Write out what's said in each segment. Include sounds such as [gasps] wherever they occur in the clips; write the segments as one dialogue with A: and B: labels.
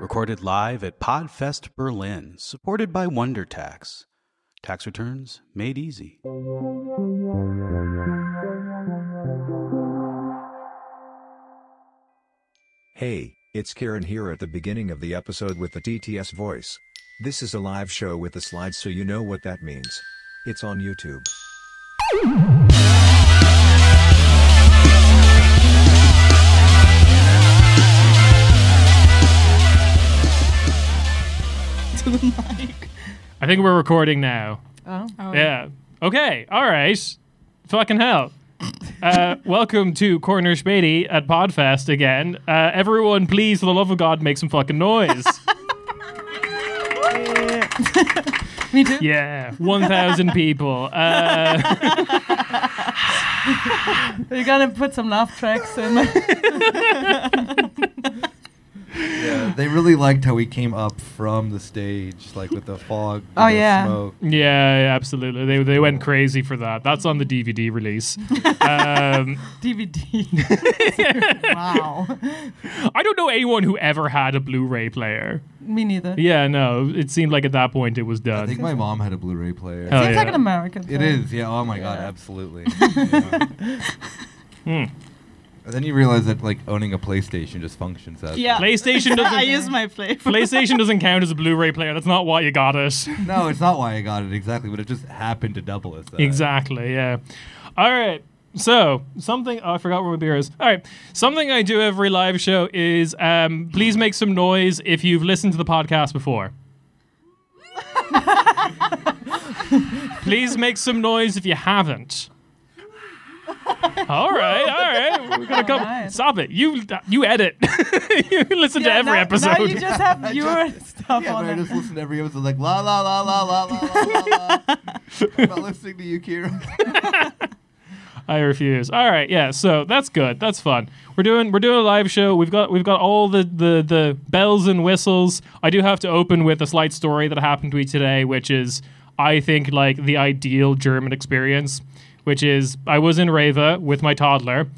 A: recorded live at Podfest Berlin, supported by WonderTax. Tax returns made easy.
B: Hey, it's Kieran here at the beginning of the episode with the TTS voice. This is a live show with the slides so you know what that means. It's on YouTube.
C: to the mic.
D: I think we're recording now.
C: Oh.
D: Yeah. Okay. All right. Fucking hell. Uh, [laughs] welcome to Corner Spady at Podfest again. Uh, everyone, please, for the love of God, make some fucking noise.
C: Me too.
D: yeah. 1,000 people. Uh,
C: You gotta put some laugh tracks in. [laughs]
E: Yeah, they really liked how we came up from the stage, like with the fog.
C: [laughs] Oh,
E: and the
C: yeah.
E: Smoke.
D: yeah, yeah, absolutely. They, they went crazy for that. That's on the DVD release. Um,
C: DVD. wow.
D: I don't know anyone who ever had a Blu ray player.
C: Me neither.
D: Yeah, no. It seemed like at that point it was
E: I think
D: done.
E: my mom had a Blu-ray player.
D: Oh,
C: Seems like
D: yeah.
C: an American
E: It
C: thing.
E: is, yeah. Oh my
C: [laughs]
E: god, absolutely. Yeah. And then you realize that like owning a PlayStation just functions as
C: Yeah.
D: PlayStation doesn't.
F: I use my play.
D: PlayStation doesn't count as a Blu-ray player. That's not why you got it.
E: No, it's not why I got it exactly, but it just happened to double as that.
D: Exactly. Yeah. All right. So something oh, I forgot where my beer is. All right. Something I do every live show is um, please make some noise if you've listened to the podcast before. [laughs] please make some noise if you haven't. All right, all right. We're gonna come.
C: Alright.
D: Stop it. You you edit. [laughs] you listen to
C: Yeah,
D: every
C: now,
D: episode.
C: Now you just have your stuff
E: Yeah,
C: on
E: but I
C: it.
E: just listened to every episode like la la la la la la la
C: [laughs]
E: la. la. I'm not listening to you, Kieran.
D: I refuse. All right, yeah. So that's good. That's fun. We're doing we're doing a live show. We've got we've got all the the the bells and whistles. I do have to open with a slight story that happened to me today, which is I think like the ideal German experience, which is I was in Reva with my toddler,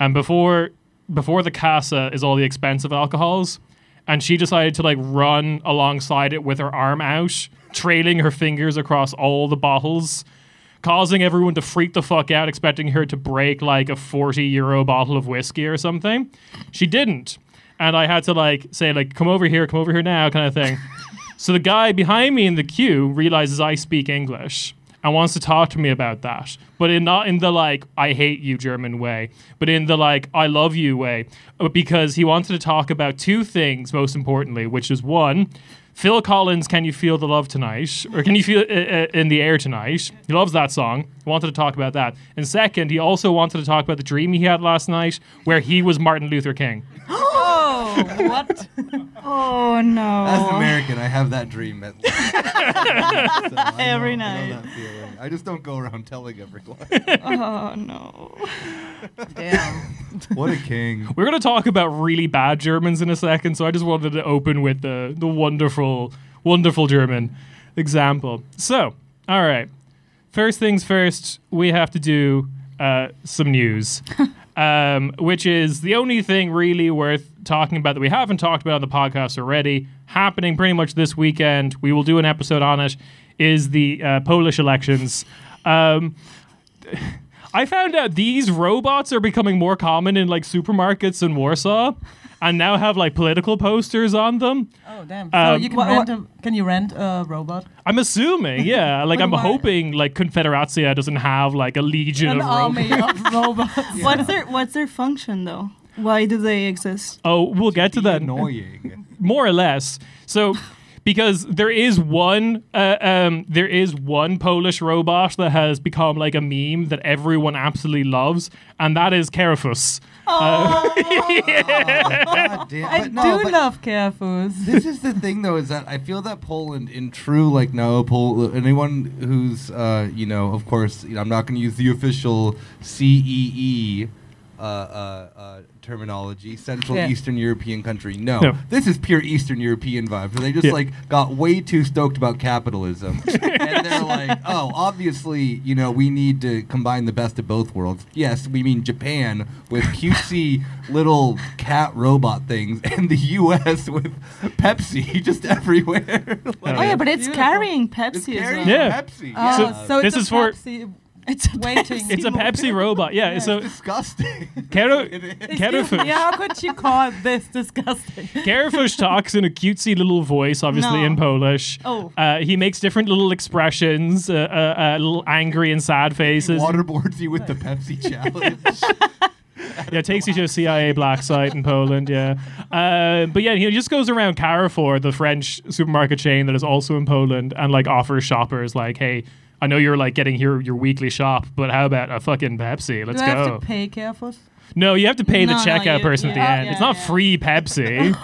D: and before before the casa is all the expensive alcohols, and she decided to like run alongside it with her arm out, trailing her fingers across all the bottles causing everyone to freak the fuck out, expecting her to break like a 40 euro bottle of whiskey or something. She didn't. And I had to like say, like, come over here, come over here now, kind of thing. so the guy behind me in the queue realizes I speak English and wants to talk to me about that. But in not in the like, I hate you German way, but in the like, I love you way. Uh, Because he wanted to talk about two things, most importantly, which is one, Phil Collins, Can You Feel the Love Tonight? Or Can You Feel It uh, in the Air Tonight? He loves that song. He wanted to talk about that. And second, he also wanted to talk about the dream he had last night where he was Martin Luther King.
C: Oh, what?
F: Oh no!
E: As an American, I have that dream that So I
F: Every
E: know- I know
F: night.
E: that feeling. I just don't go around telling everyone.
F: Oh no!
C: Damn.
E: what a king!
D: [laughs] We're going to talk about really bad Germans in a second, so I just wanted to open with the, the wonderful, wonderful German example. So, all right. First things first, we have to do uh, some news, um, which is the only thing really worth talking about that we haven't talked about on the podcast already. Happening pretty much this weekend, we will do an episode on it, is the uh, Polish elections. Um, I found out these robots are becoming more common in like supermarkets in Warsaw and now have like political posters on them.
C: Oh, damn. so
D: Um,
C: you can
F: Wha-
C: rent a, can you rent a robot?
D: I'm assuming, yeah. Like I'm
F: Why?
D: hoping like Confederacia doesn't have like a legion
C: An
D: of robots.
C: army of robots.
F: [laughs] What's their What's their function though? Why do they exist?
D: Oh, we'll get to that.
E: Annoying.
D: more or less. So, because there is one, uh, um, there is one Polish robot that has become like a meme that everyone absolutely loves, and that is Carafus.
E: God damn.
C: I
E: but no,
C: do
E: but
C: love Carefus.
E: This is the thing, though, is that I feel that Poland, in true like Neopol, anyone who's uh, you know, of course, you know, I'm not going to use the official CEE. Uh, uh, uh, terminology, Central
C: Yeah.
E: Eastern European country. No,
D: No.
E: this is pure Eastern European vibe. So they just
D: Yeah.
E: like got way too stoked about capitalism, and they're like, oh, obviously, you know, we need to combine the best of both worlds. Yes, we mean Japan with cutesy little cat robot things, and the U.S. with Pepsi [laughs] just everywhere. [laughs]
F: Oh yeah, but it's
C: Beautiful.
F: carrying Pepsi
E: it's
F: as
E: carrying
F: well.
D: Yeah.
E: Pepsi.
C: Oh,
E: yeah.
C: so
D: this
C: it's a
D: is for-
C: Pepsi
F: It's a
C: waiting. [laughs]
D: It's a Pepsi robot. Yeah. so
E: disgusting. [laughs]
D: Kero,
E: It
D: Kerofush.
C: yeah, how could you call this er disgusting?
D: Kerofush talks in a cutesy little voice, obviously
F: No.
D: in Polish.
F: Oh.
D: Uh, he makes different little expressions, uh, uh, uh, little angry and sad faces.
E: waterboards you with the Pepsi challenge.
D: Yeah, it takes you to a CIA black site in Poland. Yeah, uh, but yeah, he just goes around Carrefour, the French supermarket chain that is also in Poland, and like offers shoppers like, "Hey, I know you're like getting your your weekly shop, but how about a fucking Pepsi? Let's
C: Do I have
D: go."
C: to pay Careful?
D: no, you have to pay the
F: No, no,
D: checkout
F: you-
D: person at the
F: yeah,
D: end.
F: yeah,
D: it's not
F: yeah.
D: free
F: [laughs]
D: Pepsi.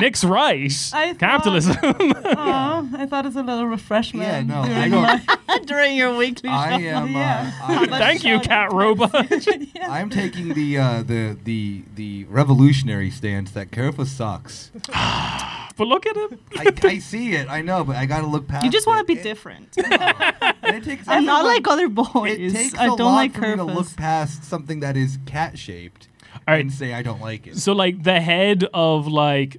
D: Nick's right.
C: I thought-
D: Capitalism.
C: Oh, I thought it's a little refreshment.
E: yeah, no,
C: [laughs] during
E: I don't.
F: during your weekly
E: I
F: shop.
E: am. Uh,
C: Yeah.
E: I,
D: Thank you, cat robot. [laughs]
E: I'm taking the uh, the the the revolutionary stance that Carafa sucks.
D: but look at him.
E: I, I see it, I know, but I gotta look past.
F: You just want to be
E: it. [laughs]
F: different.
E: And it takes,
F: I'm not like other
E: It
F: boys.
E: takes
F: I
E: a
F: don't
E: lot
F: like
E: for me to look [laughs]
F: curves.
E: past something that is cat shaped
D: All right.
E: and say I don't like it.
D: So like the head of like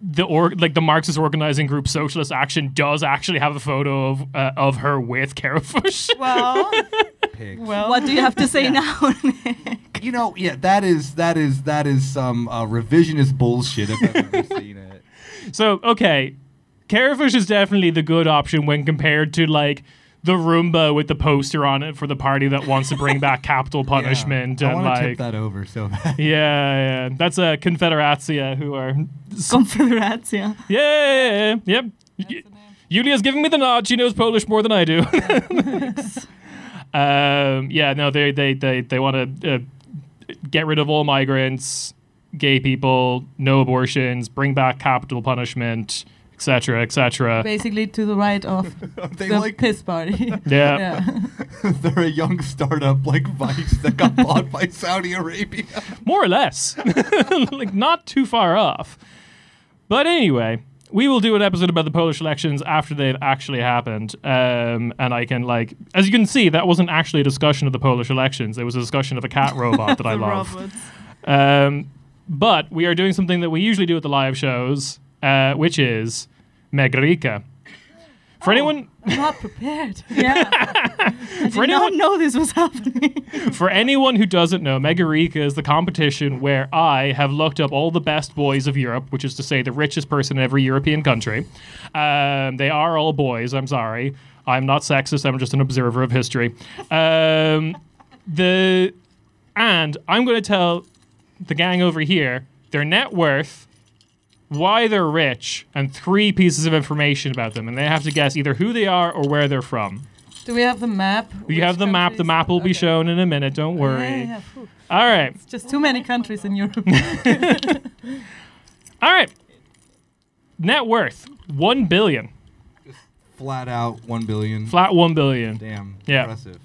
D: the or like the Marxist organizing group Socialist Action does actually have a photo of uh, of her with
E: [laughs]
D: Karafush.
F: Well,
E: Pigs.
C: Well,
F: what do you have
E: [laughs]
F: to say now? Nick?
E: You know, yeah, that is that is that is some uh, revisionist bullshit if
D: [laughs]
E: I've ever seen it.
D: so okay, Karafush is definitely the good option when compared to like the Roomba with the poster on it for the party that wants to bring
E: [laughs]
D: back capital punishment
E: Yeah. I
D: and
E: want to
D: like
E: tip that over so bad. [laughs]
D: yeah, yeah, that's a Confederazia who are
F: Confederatia.
D: yeah, yeah, yeah. yep. Yulia's giving me the nod. She knows Polish more than I do. um, yeah, no, they they they they want to uh, get rid of all migrants, gay people, no abortions, bring back capital punishment, etc., etc.
C: basically to the right of
E: [laughs] they
C: the
E: like
C: piss party. [laughs]
D: Yeah.
E: [laughs] they're a young startup like Vice that got bought by Saudi Arabia. [laughs]
D: more or less, [laughs] like not too far off. But anyway, we will do an episode about the Polish elections after they've actually happened, um, and I can like, as you can see, that wasn't actually a discussion of the Polish elections. It was a discussion of a cat robot that I
F: The
D: love.
F: robots.
D: Um, but we are doing something that we usually do at the live shows, uh, which is Megrika. For anyone,
C: I'm not
D: [laughs]
C: prepared. [laughs] Yeah.
D: for
F: Did not
D: anyone,
F: know this was happening.
D: For anyone who doesn't know, Megarika is the competition where I have looked up all the best boys of Europe, which is to say the richest person in every European country. Um, they are all boys, I'm sorry. I'm not sexist, I'm just an observer of history. Um, the And I'm going to tell the gang over here their net worth, why they're rich, and three pieces of information about them. And they have to guess either who they are or where they're from.
C: Do we have the map?
D: You have the map. The map will be shown in a minute. Don't worry.
C: Yeah, yeah, phew.
D: All right.
C: Just too many countries
D: [laughs]
C: in Europe.
D: All right. Net worth one billion,
E: Flat out one billion.
D: flat one billion.
E: Damn.
D: Yeah.
E: Impressive.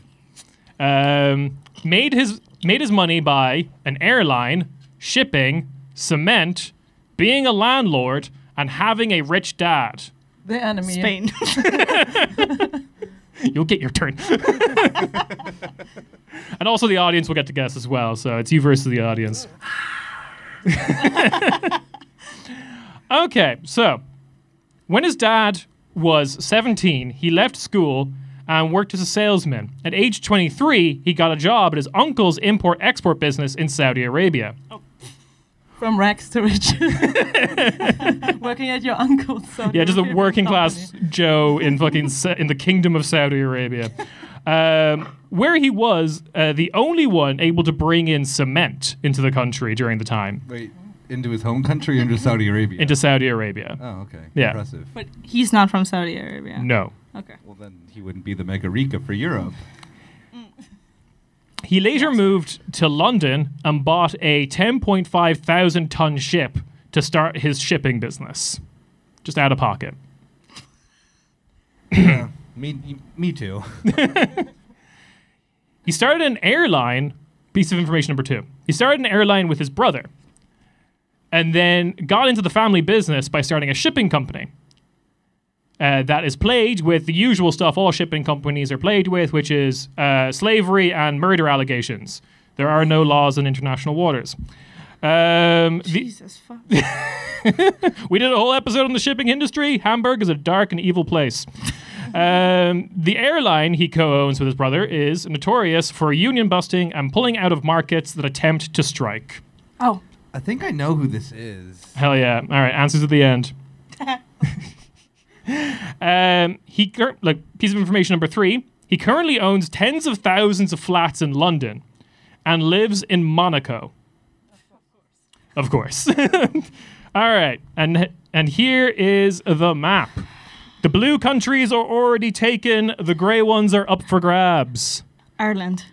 D: Um, made his made his money by an airline, shipping, cement, being a landlord, and having a rich dad.
C: the enemy.
E: [laughs]
F: Spain. [laughs]
D: You'll get your turn. and also the audience will get to guess as well. So it's you versus the audience. [laughs] okay, so when his dad was 17, he left school and worked as a salesman. At age 23, he got a job at his uncle's import export business in Saudi Arabia.
C: From rags to riches. Working at your uncle's. so
D: Yeah,
C: [laughs]
D: just a
C: European
D: working
C: company.
D: class Joe in fucking Sa- in the kingdom of Saudi Arabia, um, where he was uh, the only one able to bring in cement into the country during the time
E: Wait, into his home country or into Saudi Arabia?
D: into Saudi Arabia.
E: oh, okay.
D: Yeah.
E: Impressive.
F: But he's not from Saudi Arabia.
D: No,
F: Okay.
E: Well, then he wouldn't be the Mega Rica for Europe.
D: he later moved to London and bought a 10.5 thousand ton ship to start his shipping business, just out of pocket.
E: Me, me too. [laughs]
D: He started an airline. Piece of information number two. He started an airline with his brother and then got into the family business by starting a shipping company. uh, that is plagued with the usual stuff all shipping companies are plagued with, which is uh, slavery and murder allegations. There are no laws in international waters. Um, the-
F: Jesus fuck.
D: we did a whole episode on the shipping industry. Hamburg is a dark and evil place. Um, the airline he co owns with his brother is notorious for union busting and pulling out of markets that attempt to strike.
F: Oh,
E: I think I know who this is.
D: Hell yeah. All right, answers at the end. um, he cur- like piece of information number three. He currently owns tens of thousands of flats in London, and lives in Monaco. Of course. [laughs] All right, and and here is the map. The blue countries are already taken. The grey ones are up for grabs.
F: Ireland.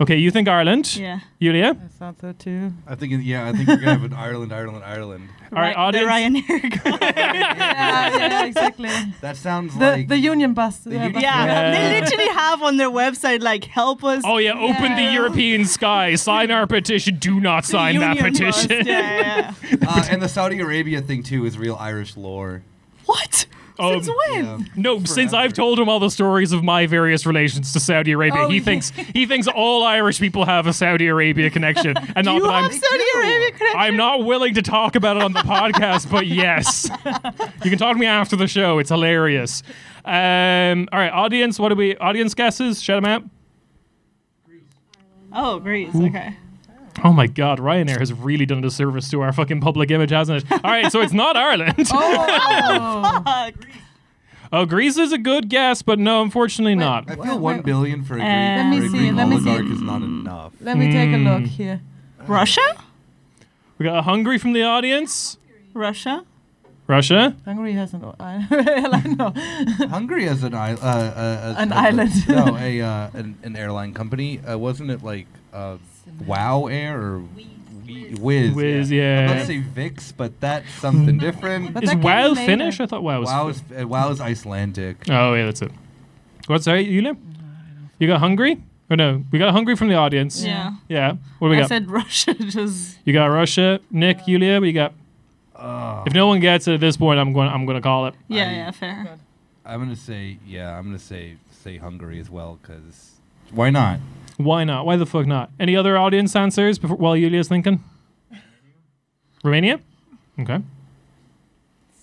D: Okay, you think Ireland?
F: Yeah.
D: Yulia?
C: I thought so too.
E: I think yeah. I think we're gonna have an Ireland, Ireland, Ireland.
D: All right,
F: Ry- the
D: audience.
F: [laughs] Ryanair. guy.
C: Ah, yeah, yeah, exactly.
E: That sounds
C: The
E: like
C: the union bus. yeah,
E: union-
C: bus.
F: yeah.
D: Yeah.
F: They literally have on their website like help us.
D: Oh yeah, open the European sky. Sign our petition. Do not
F: the
D: sign that
F: union must.
D: petition.
F: [laughs] Yeah, yeah.
E: uh, and the Saudi Arabia thing too is real Irish lore.
F: What?
D: Um,
F: Since when?
E: Yeah.
D: No, since I've
E: Forever.
D: told him all the stories of my various relations to Saudi Arabia,
F: Oh,
D: he
F: yeah.
D: thinks he thinks all Irish people have a Saudi Arabia
F: [laughs]
D: connection, and not
F: You
D: that I'm
F: have Saudi Arabia connection.
D: I'm not willing to talk about it on the podcast,
F: [laughs]
D: but yes, you can talk to me after the show. It's hilarious. Um, all right, audience, what do we? Audience guesses? Shut them out.
F: Oh, Greece. Okay.
D: Oh my God, Ryanair has really done a disservice to our fucking public image, hasn't it? All right, so it's not Ireland.
C: [laughs] Oh,
F: Fuck.
D: Oh, Greece is a good guess, but no, unfortunately not.
E: I feel
C: Well,
E: one
C: well- uh,
E: billion for a Greek,
F: Let me
E: for a
F: see,
E: Greek
C: let me see.
E: oligarch is not enough.
C: let me take a look here.
F: Russia?
D: We got Hungary from the audience.
F: Russia?
D: Russia.
C: Hungary has an [laughs] airline. No.
E: Hungary has an island. Uh, uh,
C: An
E: uh,
C: island. [laughs]
E: [laughs] no, a uh, an, an airline company. Uh, wasn't it like uh, Wow Air or Wee- Wizz?
D: Wiz,
E: I'm
D: yeah.
E: about to say Vix, but that's
D: [laughs]
E: something different.
C: But
D: Is
C: that came
D: WoW
C: later.
D: Finnish? I thought WoW was.
E: Wow is uh, Wow is Icelandic.
D: Oh yeah, that's it. What's that, Yulia? You got hungry? Or no? We got hungry from the audience.
F: Yeah.
D: Yeah. What do we
F: I
D: got?
F: said [laughs] Russia. Just
D: you got Russia, Nick, Yulia. What do you got? if no one gets it at this point, I'm going. I'm going to call it.
F: yeah, yeah, fair.
E: I'm gonna say yeah. I'm gonna say say Hungary as well because why not?
D: Why not? Why the fuck not? Any other audience answers before while Yulia's thinking? Romania. Okay.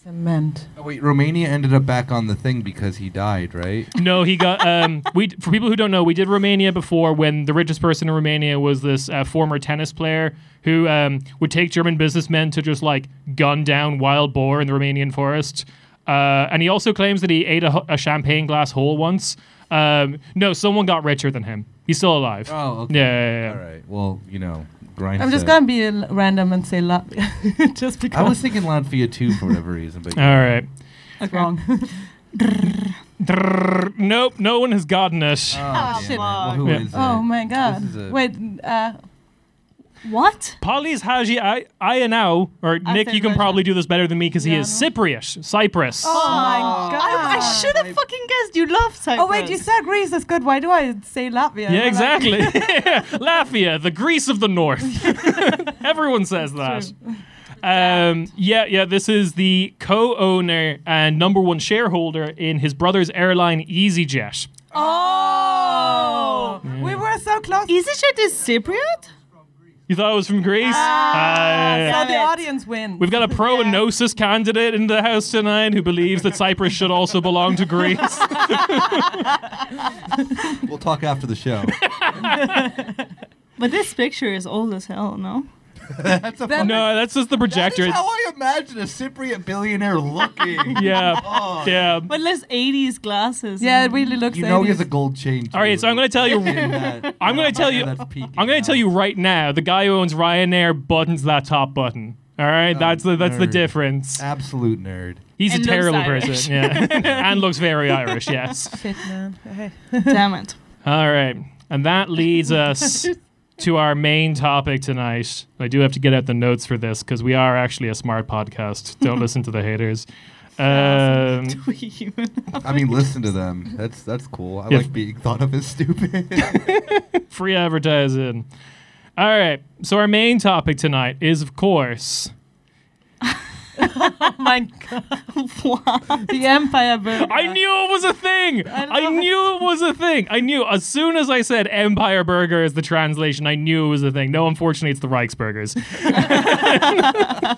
C: Cement.
E: Oh, wait, Romania ended up back on the thing because he died, right?
C: [laughs]
D: No, he got. Um, we for people who don't know, we did Romania before when the richest person in Romania was this uh, former tennis player who um, would take German businessmen to just like gun down wild boar in the Romanian forest. Uh, and he also claims that he ate a, ho- a champagne glass whole once. Um, no, someone got richer than him. He's still alive.
E: Oh,
D: Yeah, yeah, yeah.
E: All right. Well, you know, grind.
C: I'm just
E: set.
C: gonna be l- random and say la- [laughs] just because
E: I was thinking Latvia too for whatever reason,
D: [laughs]
E: but
D: All right.
C: it's wrong.
D: Drrrr. nope, no one has gotten it.
E: Oh, damn it. Well, who
D: Yeah.
E: is
C: [laughs]
E: it?
C: oh my god!
E: This is a-
C: Wait, uh,
F: What?
D: Polly's Haji I Ayanau, or Nick,
F: said
D: you can
F: Russia.
D: probably do this better than me because he
C: Yeah,
D: is
C: no.
D: Cypriot, Cyprus.
C: oh, my
F: I,
C: god!
F: I should have fucking guessed. You love Cyprus.
C: oh wait, you said Greece is good. Why do I say Latvia?
D: Yeah,
C: Like-
D: exactly. [laughs]
E: [laughs]
D: Latvia, the Greece of the North. [laughs] Everyone says that. Um, yeah, yeah. This is the co-owner and number one shareholder in his brother's airline, EasyJet.
C: Oh, we were so close.
F: EasyJet is Cypriot?
D: You thought it was from Greece? Ah, yeah.
C: so
F: Damn
C: the
F: it.
C: audience wins.
D: We've got a pro Gnosis candidate in the house tonight who believes that Cyprus should also belong to
E: [laughs]
D: Greece.
E: We'll talk after the show.
F: But this picture is old as hell, no?
E: That's a fun-
D: no, that's just [laughs] the
E: That
D: projector.
E: is how I imagine a Cypriot billionaire
D: [laughs]
E: looking.
D: yeah,
E: [laughs] Oh.
D: yeah.
F: But less 80s glasses.
C: yeah, it
F: and-
C: really looks.
E: You know he
C: 80s.
E: has a gold chain. Too.
D: All right, so I'm going to tell
E: [laughs]
D: you. I'm going to tell you. I'm going to tell you right now, the guy who owns Ryanair buttons that top button. All right, that's the that's the
E: Oh, nerd.
D: difference.
E: Absolute nerd.
D: He's
F: And
D: a
F: looks
D: terrible
F: Irish.
D: person, yeah,
F: [laughs]
D: and looks very Irish. Yes.
C: [laughs] Shit, man. Hey.
F: [laughs] Damn it.
D: All right, and that leads us to our main topic tonight. I do have to get out the notes for this because we are actually a smart podcast. Don't listen to the
F: [laughs]
D: haters. Um,
F: Do we even?
E: I mean, listen to them. That's that's cool. I
D: Yeah.
E: like being thought of
C: [laughs]
E: as stupid.
D: free advertising. All right, so our main topic tonight is, of course,
C: Oh my god.
F: What?
C: The Empire Burger. [laughs]
D: I knew it was a thing. I,
C: love
D: knew it was a thing. I knew as soon as I said Empire Burger is the translation, I knew it was a thing. No, unfortunately, it's the Reichsburgers. [laughs]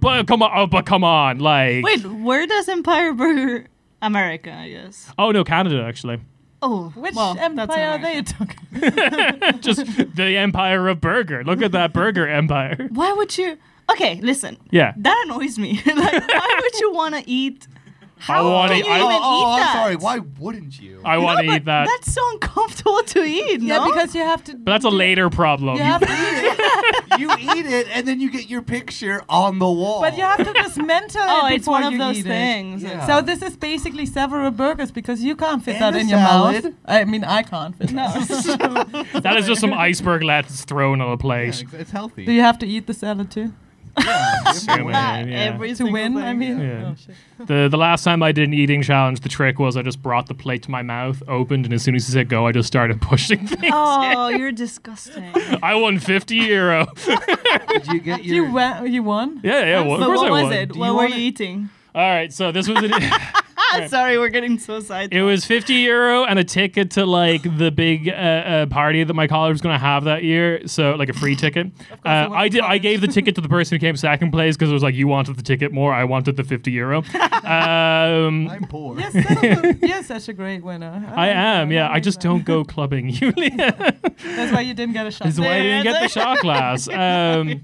D: but come on, oh, but come on, like
F: Wait, where does Empire Burger America, I guess.
D: oh no, Canada actually,
F: Oh,
C: Which
F: well, that's
C: empire are
F: America.
C: they talking about?
D: just the Empire of Burger. Look at that Burger Empire.
F: Why would you? Okay, listen.
D: Yeah.
F: That annoys me. [laughs] like, why would [laughs] you want to eat? How
D: wanna-
F: can you
D: I-
F: even
D: Oh,
F: eat
E: [laughs] oh,
F: that?
E: I'm sorry. Why wouldn't you?
D: I want to
F: No,
D: eat
F: but
D: that.
F: That's so uncomfortable to eat.
C: Yeah,
F: no?
C: because you have to.
D: But that's a later problem.
C: You have to eat it.
E: you eat it and then you get your picture on the
C: [laughs]
E: wall.
C: But you have to dismantle it.
F: oh, it's
C: before
F: one of
C: you
F: those
C: eat it.
F: things.
E: Yeah.
C: So this is basically several burgers because you can't fit
E: And
C: that
E: a
C: in your mouth.
E: salad.
C: I mean, I can't fit
F: No.
C: that. [laughs]
D: That is just some iceberg lettuce thrown on a plate.
E: Yeah, it's healthy.
C: Do you have to eat the salad [laughs] too
E: Yeah,
D: Assuming,
F: That,
D: yeah.
F: every
C: to
F: single
C: win? I [laughs]
F: thing.
C: mean,
D: Yeah.
C: Oh, shit.
D: The the last time I did an eating challenge, the trick was I just brought the plate to my mouth, opened, and as soon as he said go, I just started [laughs] pushing things.
F: Oh, you're disgusting. [laughs]
D: I won fifty euro. [laughs]
E: Did you get your
C: you won. You won.
D: yeah, yeah, well, of
F: but
D: course
F: what
D: I
F: was
D: won.
F: it?
E: Do
F: what
E: you
F: were
E: wanna-
F: you eating? [laughs]
D: All right, so this was an, [laughs]
F: Ah, sorry, we're getting so side.
D: it was fifty euro and a ticket to like the big uh, uh, party that my college was going to have that year. So like a
F: [sighs]
D: free ticket. Uh,
C: went
D: I
C: to
D: did. I
C: college.
D: gave the ticket to the person who came second place because it was like you wanted the ticket more. I wanted the fifty euro.
F: [laughs]
D: um,
E: I'm poor.
C: Yes, that's [laughs] a- you're such a great winner.
D: I
C: like
D: am.
C: that.
D: Yeah, I
C: like
D: just
C: that.
D: don't go clubbing, [laughs] Julia.
C: That's why you didn't get a shot.
D: is why I didn't get the shot
F: [laughs]
D: glass. Um,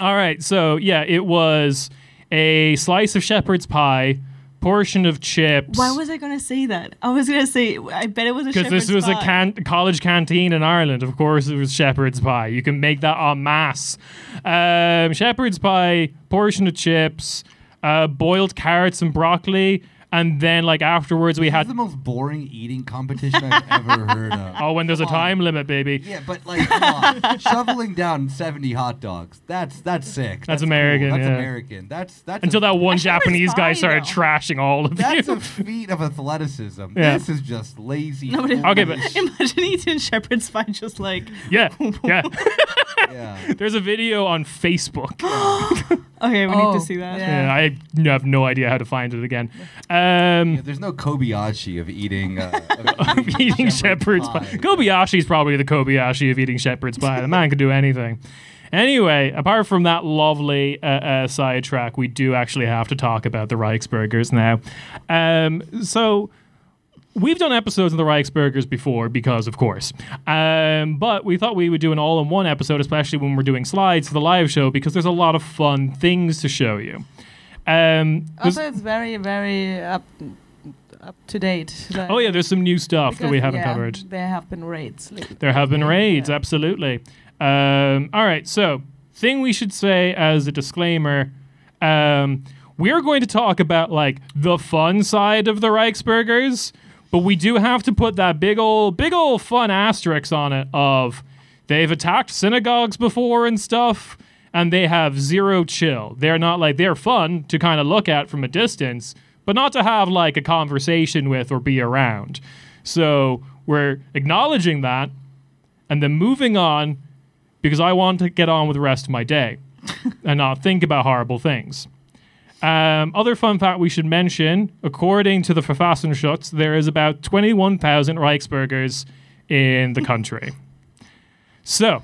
D: all right, so yeah, it was a slice of shepherd's pie, portion of chips.
F: Why was I gonna say that? I was gonna say I bet it was a
D: because this
F: shepherd's
D: was a
F: pie.
D: can- college canteen in Ireland. Of course, it was shepherd's pie. You can make that en masse. Um, shepherd's pie, portion of chips, uh, boiled carrots and broccoli, and then like afterwards we
E: That's
D: had
E: the most boring eating competition I've ever heard of.
D: [laughs] oh, when there's a
E: Come on.
D: time limit, baby.
E: Yeah, but like come on. shoveling down seventy hot dogs. That's that's sick. That's, cool.
D: American,
E: That's
D: yeah.
E: American. That's that's
D: Until
E: a,
D: that one
F: A shepherd's
D: Japanese guy
F: pie,
D: started
F: though.
D: trashing all of
E: [laughs] That's
D: you.
E: a feat of athleticism.
D: Yeah.
E: This is just lazy.
F: [laughs] Nobody- [laughs]
D: Okay, but-
E: foolish-
F: Imagine eating shepherd's pie just like
D: [laughs]
F: [laughs]
D: yeah, yeah.
E: yeah.
D: There's a video on Facebook.
F: okay, we need
C: Oh,
F: to see that.
C: yeah.
D: And I n- have no idea how to find it again. Um,
E: There's no Kobayashi of eating. Uh,
D: [laughs]
E: of
D: eating shepherd's pie. Kobayashi's probably the Kobayashi of eating shepherd's pie. The man could do anything. Anyway, apart from that lovely uh, uh, sidetrack, we do actually have to talk about the Reichsburgers now. Um, so we've done episodes of the Reichsburgers before because, of course. Um, but we thought we would do an all in one episode, especially when we're doing slides for the live show, because there's a lot of fun things to show you. Um, there's-
C: Also, it's very, very up, up to date. Like,
D: Oh yeah, there's some new stuff that we
C: because,
D: haven't
C: yeah,
D: covered.
C: There have been
D: [laughs]
C: raids. lately.
D: There have been raids, absolutely. Um, all right, so thing we should say as a disclaimer, um, we're going to talk about like the fun side of the Reichsburgers, but we do have to put that big old big old fun asterisk on it of they've attacked synagogues before and stuff. And they have zero chill. They're not like they're fun to kind of look at from a distance, but not to have like a conversation with or be around. So we're acknowledging that, and then moving on because I want to get on with the rest of my day and not think about horrible things. Um, other fun fact we should mention according to the Verfassungsschutz, there is about 21,000 Reichsbürgers in the country. so,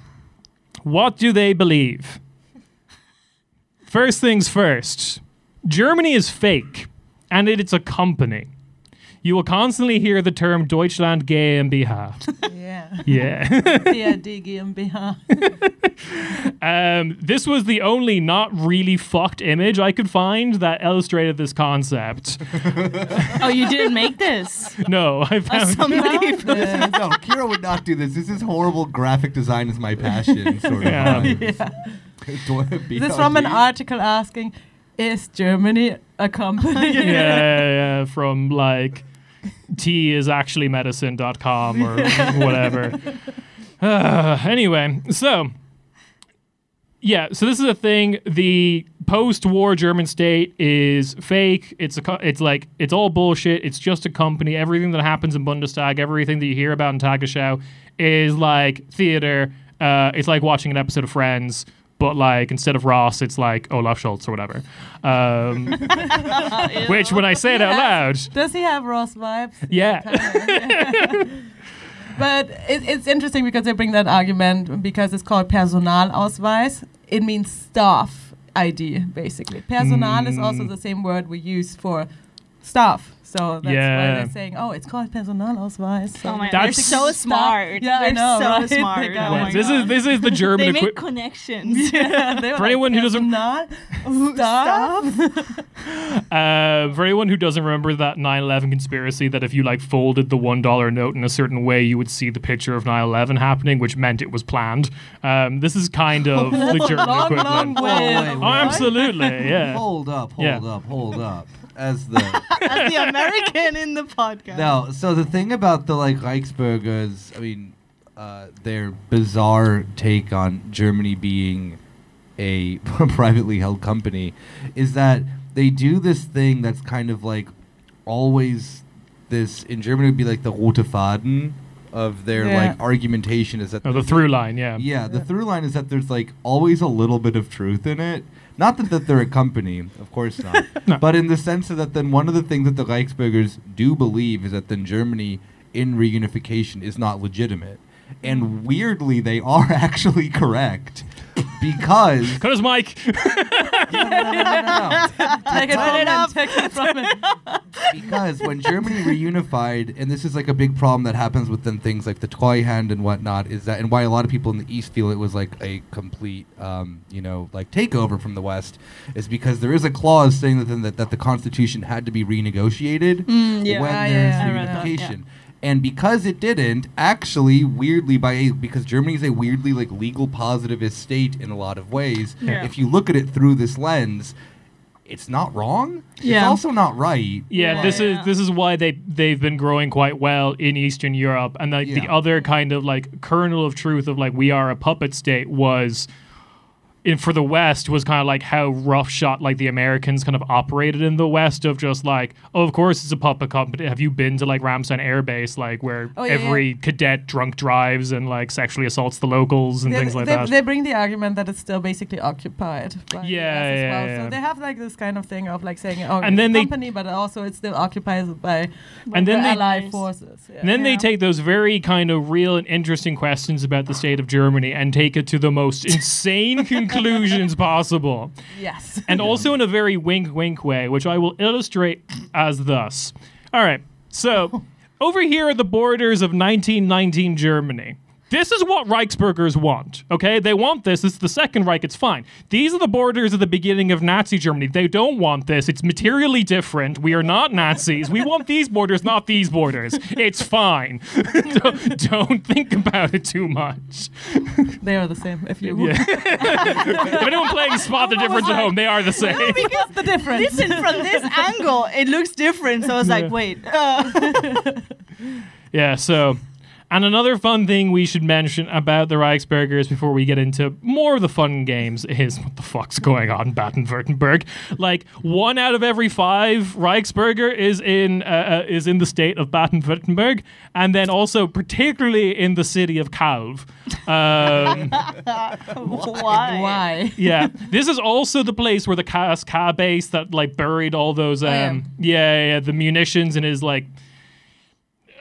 D: what do they believe? First things first Germany is fake and it, it's a company. You will constantly hear the term Deutschland GmbH.
C: Yeah.
D: Yeah.
C: CID GmbH.
D: [laughs] Um, this was the only not really fucked image I could find that illustrated this concept. [laughs]
F: Oh, you didn't make this.
D: No, I found.
F: Somebody
E: This is- no, Kira would not do this. This is horrible. Graphic design is
D: [laughs]
E: my passion. Sort of.
D: Yeah.
E: [laughs] This
C: This is from an article asking, is Germany a
D: [laughs]
C: company? [laughs]
D: yeah, yeah, yeah, from like tea is actually medicine.com or whatever. Uh, anyway, so yeah, so this is a thing. The post-war German state is fake. It's a, co- it's like it's all bullshit. It's just a company. Everything that happens in Bundestag, everything that you hear about in Tagesschau, is like theater. Uh, it's like watching an episode of Friends but like instead of Ross, it's like Olaf Scholz or whatever. Um, which, when I say it out loud,
C: Does he have Ross vibes?
D: [laughs] yeah,
C: [laughs] But it, it's interesting because they bring that argument because it's called Personalausweis. It means staff ID, basically. Personal is also
D: Mm.
C: the same word we use for staff. So that's
D: Yeah.
C: why they're saying, oh, it's called Personalausweis. So
G: Oh my,
D: That's-
G: they're so smart.
C: Yeah, I
G: they're
C: know,
G: so
C: right? They
G: smart.
C: got
G: Oh
C: it.
G: my
D: this is
G: God.
D: this
G: [laughs]
D: is the
G: They
D: German.
G: make
D: equi-
F: [laughs]
G: connections.
C: [laughs] They were
D: For anyone who doesn't-
C: Personal,
D: [laughs]
C: staff.
D: uh, for anyone who doesn't remember that 9/11 conspiracy, that if you like folded the one dollar note in a certain way, you would see the picture of 9/11 happening, which meant it was planned. Um, this is kind
G: [laughs]
D: of the German
C: long,
D: equivalent.
C: long
E: Oh, wait,
C: way.
E: wait.
D: Oh, absolutely, yeah.
E: Hold up, hold
D: Yeah.
E: up, hold up. As the
G: That's the American in the podcast.
E: No, so the thing about the like Reichsburgers, I mean, uh, their bizarre take on Germany being a [laughs] privately held company is that they do this thing that's kind of like always this in Germany would be like the rote Faden of their
C: Yeah.
E: like argumentation is that
D: Oh, the through line, yeah.
E: yeah, the through line is that there's like always a little bit of truth in it. Not that, that they're a company, of course not. But in the sense that then one of the things that the Reichsburgers do believe is that then Germany in reunification is not legitimate. And weirdly, they are [laughs] actually correct because
D: [laughs]
E: [laughs]
D: Cut his mic.
E: no, no, no, no, no, no.
C: Take it from him. Take it from him.
E: because when Germany reunified, and this is like a big problem that happens within things like the toy hand and whatnot, is that, and why a lot of people in the East feel it was like a complete, um, you know, like takeover from the West, is because there is a clause saying that, then that, that the Constitution had to be renegotiated
G: yeah.
E: when
G: Ah, yeah,
E: there's
G: yeah, I read that,
E: reunification.
G: yeah.
E: And because it didn't, actually, weirdly, by a, because Germany is a weirdly like legal positivist state in a lot of ways.
G: Yeah.
E: If you look at it through this lens, it's not wrong. It's
F: Yeah.
E: also not right.
D: Yeah, this is
G: yeah.
D: this is why they they've been growing quite well in Eastern Europe, and like the
E: Yeah.
D: other kind of like kernel of truth of like we are a puppet state was, in for the West was kind of like how rough shot like the Americans kind of operated in the West of just like oh of course it's a puppet company. Have you been to like Ramstein Air Base like where
C: Oh, yeah,
D: every cadet drunk drives and like sexually assaults the locals and
C: they,
D: things like
C: they,
D: that?
C: they bring the argument that it's still basically occupied. By the
D: Yeah,
C: US as
D: yeah,
C: well.
D: yeah.
C: So they have like this kind of thing of like saying, "Oh,
D: And then
C: it's
D: they-
C: a company," but also it's still occupied by
D: And
C: the
D: then they-
C: allied forces. Yeah.
D: And then they
G: Yeah.
D: take those very kind of real and interesting questions about the state of Germany and take it to the most insane conclusions possible.
C: yes. [laughs]
D: And also in a very wink wink way, which I will illustrate as thus. All right, so over here are the borders of 1919 Germany. This is what Reichsburgers want, okay? They want this. It's the Second Reich. It's fine. These are the borders of the beginning of Nazi Germany. They don't want this. It's materially different. We are not Nazis. We want these borders, not these borders. It's fine. [laughs] don't, don't think about it too much.
C: They are the same. If
D: [laughs]
C: you
D: Yeah. if anyone playing Spot the Difference at home, they are the same.
C: what's the difference?
G: Listen, from
D: [laughs]
G: this angle, it looks different. So I was
D: Yeah.
G: like, wait. Uh,
D: Yeah, so and another fun thing we should mention about the Reichsburgers before we get into more of the fun games is what the fuck's going on in Baden-Württemberg. Like one out of every five Reichsburger is in uh, uh, is in the state of Baden-Württemberg, and then also particularly in the city of Calv. Um,
G: why?
F: [laughs]
C: [laughs] why?
D: yeah, [laughs] this is also the place where the KSK base that like buried all those um,
C: yeah.
D: yeah, yeah, yeah, the munitions and his like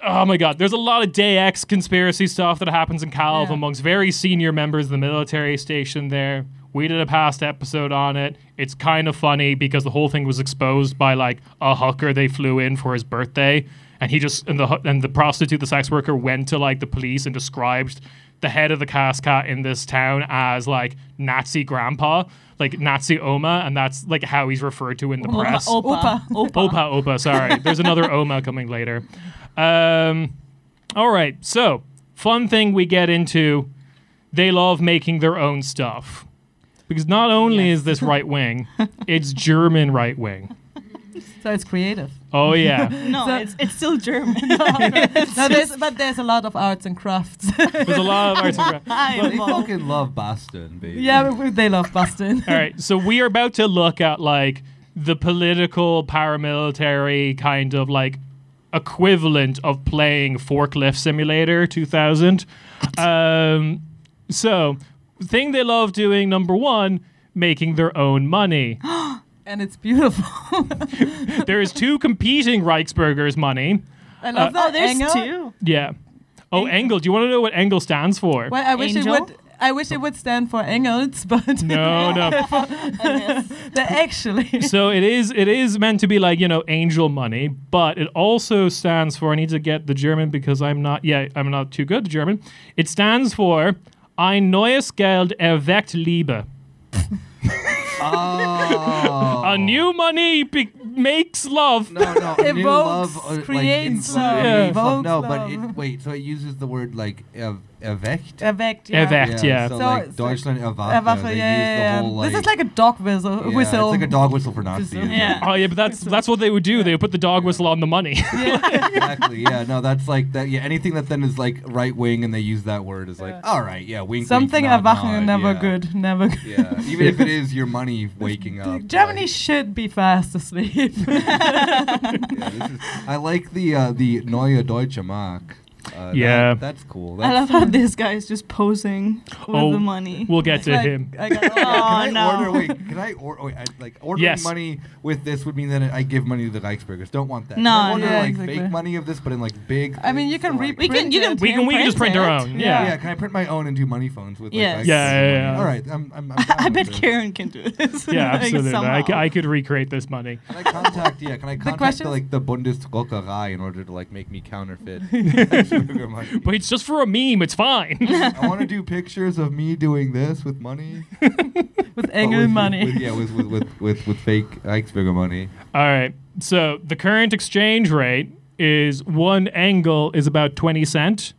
D: oh my god there's a lot of day x conspiracy stuff that happens in calv
C: Yeah.
D: amongst very senior members of the military station there we did a past episode on it it's kind of funny because the whole thing was exposed by like a hooker they flew in for his birthday and he just and the hu- and the prostitute the sex worker went to like the police and described the head of the Casca in this town as like Nazi grandpa, like Nazi Oma, and that's like how he's referred to in the press.
G: Opa.
D: Opa, Opa, sorry. There's another Oma coming later. Um, all right, so fun thing we get into they love making their own stuff. Because not only is this right wing, it's German right wing.
C: So
D: [laughs]
C: it's creative.
D: Oh,
F: [laughs]
D: yeah.
G: No, it's, it's still
D: [laughs]
G: German.
C: No, there's, but there's a lot of arts and crafts. [laughs]
D: There's a lot of arts
F: [laughs]
D: and crafts.
E: They
G: I'm all-
E: fucking love Boston, baby.
C: yeah, we- they
D: [laughs]
C: love Boston.
D: All right, so we are about to look at like the political paramilitary kind of like equivalent of playing Forklift Simulator 2000. Um, so thing they love doing, number one, making their own money.
C: and it's beautiful. [laughs]
D: there is two competing Reichsburgers money.
C: I love
D: Uh,
C: that.
G: Oh, there's
C: angle.
G: two.
D: Yeah. Oh, Engel. Do you want to know what Engel stands for?
C: Well, I wish
G: Angel?
C: it would. I wish it would stand for Engels, [laughs] but
D: No, no.
C: they're
D: [laughs]
C: actually. [laughs]
D: so it is it is meant to be like you know angel money but it also stands for i need to get the german because i'm not yeah i'm not too good at german it stands for ein neues geld erweckt liebe
E: Oh.
C: [laughs]
D: a new money be- makes love
E: No, no, a new
C: Evokes,
E: love, uh, like,
C: creates
E: influ-
C: love.
D: Yeah.
E: influ-
C: Evokes
E: No, but
C: love.
E: it, wait, so it uses the word like ev- erweckt?
C: Erweckt, yeah.
D: Erweckt. yeah.
E: So,
C: So
E: like
C: it's
E: Deutschland erwachte.
C: Erwache,
E: they
C: yeah,
E: use
C: yeah,
E: the whole
C: yeah.
E: like.
C: this is like a dog whistle.
E: yeah,
C: whistle.
E: It's like a dog whistle for Nazis.
C: Whistle.
G: Yeah.
D: oh yeah but that's that's what they would do they would put the dog whistle on the money
E: [laughs] exactly. Yeah. No, that's like that. Yeah. Anything that then is like right wing and they use that word is like, all right. Yeah. Wink. wink,
C: Something
E: nod,
C: erwachen,
E: nod,
C: never
E: yeah.
C: good, never good.
E: Yeah. Even if it is your money
C: [laughs]
E: waking up.
C: Germany
E: like-
C: should be fast
D: [laughs]
C: asleep. [laughs]
E: Yeah, this is- I like the uh, the Neue Deutsche Mark. Uh, that-
D: Yeah.
E: that's cool.
F: I
E: That's,
F: love how this guy is just posing with
D: Oh,
F: the money.
D: [laughs] we'll get to
C: Like,
D: him
C: I got-
E: [laughs] [laughs] can
C: oh,
E: I
G: no.
E: order? Wait, can I or, wait, I, like ordering
D: Yes.
E: money with this would mean that I give money to the Reichsburgers. Don't want that.
G: No,
E: Can I order
C: yeah,
E: like
C: exactly.
E: fake money of this, but in like big.
C: I mean,
E: things
C: you can
E: for, like-
C: reprint.
G: can- you can
C: it.
D: we can we can just print our own
E: Yeah.
D: yeah,
E: can I print my own and do money phones with? Like,
G: Yes.
E: Reichsburger
D: Yeah, yeah,
E: money?
D: yeah.
E: All right, I'm. I'm, I'm down
G: I
E: with
G: bet
E: this.
G: Karen can do this.
F: [laughs]
D: yeah,
G: Like,
D: absolutely I, c-
G: somehow.
D: I could recreate this money
E: Can I contact? Yeah, can I contact the
C: questions-
E: like the Bundesdruckerei in order to like make me counterfeit? Reichsburger money?
D: but it's just for a meme it's fine
E: I want to do pictures of me doing this with money.
C: with
E: but
C: Engel
E: with-
C: money. [laughs]
E: with- yeah, with with, with, with with fake Reichsburger money.
D: All right. So the current exchange rate is one angle is about twenty cent,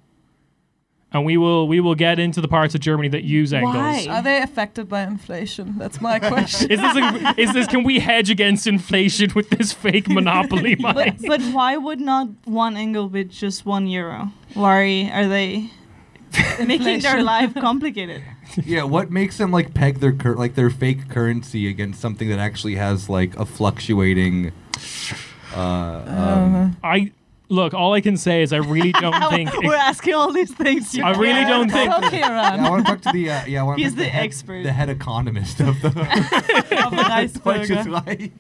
D: and we will we will get into the parts of Germany that use angles.
G: Why?
C: Are they affected by inflation?
D: [laughs]
C: That's my question.
D: Is this a, is this can we hedge against inflation with this fake monopoly [laughs] money?
G: But-
F: But why would not one angle be just one euro? Why are they [laughs] making their
C: Inflation.
F: life complicated?
E: Yeah, what makes them like peg their cur- like their fake currency against something that actually has like a fluctuating. Uh, um,
D: I look. All I can say is I really don't think.
F: [laughs] We're asking all these things. you
D: I
F: know?
D: really don't think.
C: so,
D: [laughs]
E: yeah, I
C: Kieran,
E: want to talk to the uh, yeah. I wanna
F: He's
E: talk to
F: the
E: head-
F: expert.
E: the head economist of the [laughs]
F: [laughs]
C: of
E: Deutsche
C: Reichsburger.
E: Reich.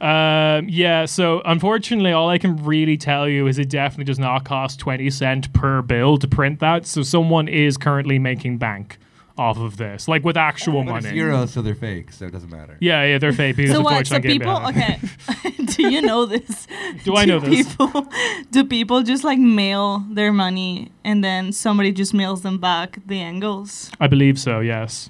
D: Um, yeah. So unfortunately, all I can really tell you is it definitely does not cost twenty cent per bill to print that. So someone is currently making bank off of this, like with actual
E: But it's
D: money.
E: euros, so they're fake, so it doesn't matter.
D: Yeah, yeah, they're fake. because
F: So
D: of
F: what? So
D: Deutschland
F: people,
D: GmbH.
F: okay. [laughs] Do you know this?
D: [laughs] Do I know this?
F: People, do people just like mail their money and then somebody just mails them back the angles?
D: I believe so. Yes.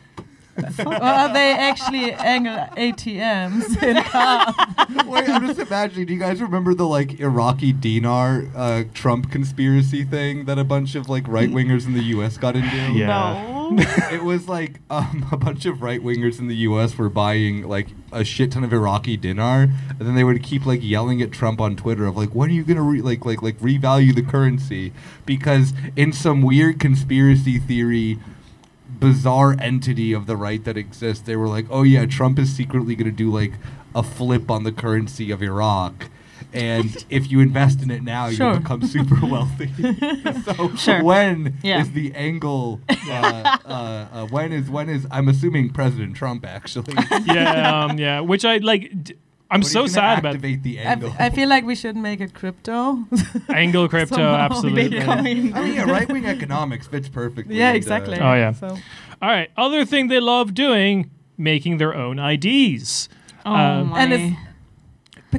C: or are they actually Engel
D: [laughs]
C: ATMs? In
E: Wait, I'm just imagining. Do you guys remember the like Iraqi dinar uh, Trump conspiracy thing that a bunch of like right wingers in the U.S. got into?
D: Yeah. Oh.
F: No.
E: [laughs] it was like um, a bunch of right wingers in the U.S. were buying like a shit ton of Iraqi dinar, and then they would keep like yelling at Trump on Twitter of like, "When are you gonna re- like like like revalue the currency?" Because in some weird conspiracy theory, bizarre entity of the right that exists, they were like, "Oh yeah, Trump is secretly gonna do like a flip on the currency of Iraq." And if you invest in it now,
C: Sure.
E: you become super wealthy. [laughs] so
F: Sure.
E: when
F: Yeah.
E: is the angle? Uh, uh, uh, when is when is? I'm assuming President Trump actually. I'm
D: Yeah. Um, yeah. Which I like. D- I'm so sad about
E: activate the angle.
C: I, I feel like we should make it crypto. [laughs]
F: [laughs]
D: angle crypto.
C: Somehow
D: Oh, absolutely.
C: make it-
E: [laughs] [laughs] I mean, yeah, right wing economics fits perfectly.
C: yeah,
E: into-
C: exactly.
D: Oh, yeah.
C: So,
D: All right. Other thing they love doing: making their own IDs.
F: Oh
D: Um,
F: my.
C: and it's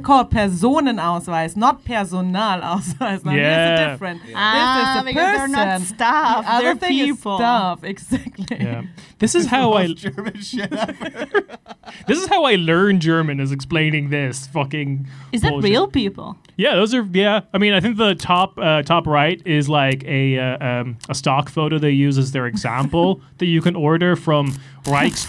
C: p- called Personenausweis, not Personalausweis. [laughs] Now, here's the
D: Yeah.
C: difference.
F: ah,
C: This is the
F: because they're not
C: person.
F: staff.
C: The other
F: they're
C: thing
F: people.
C: is stuff, [laughs] exactly.
D: Yeah. This is how Oh,
E: [laughs]
D: I.
E: Most
D: [laughs]
E: German shit. ever.
D: This is how I learned German. Is explaining this fucking.
F: Is that
D: bullshit.
F: real people?
D: Yeah. Those are. Yeah. I mean, I think the top uh, top right is like a uh, um, a stock photo they use as their
F: [laughs]
D: example that you can order from Reichs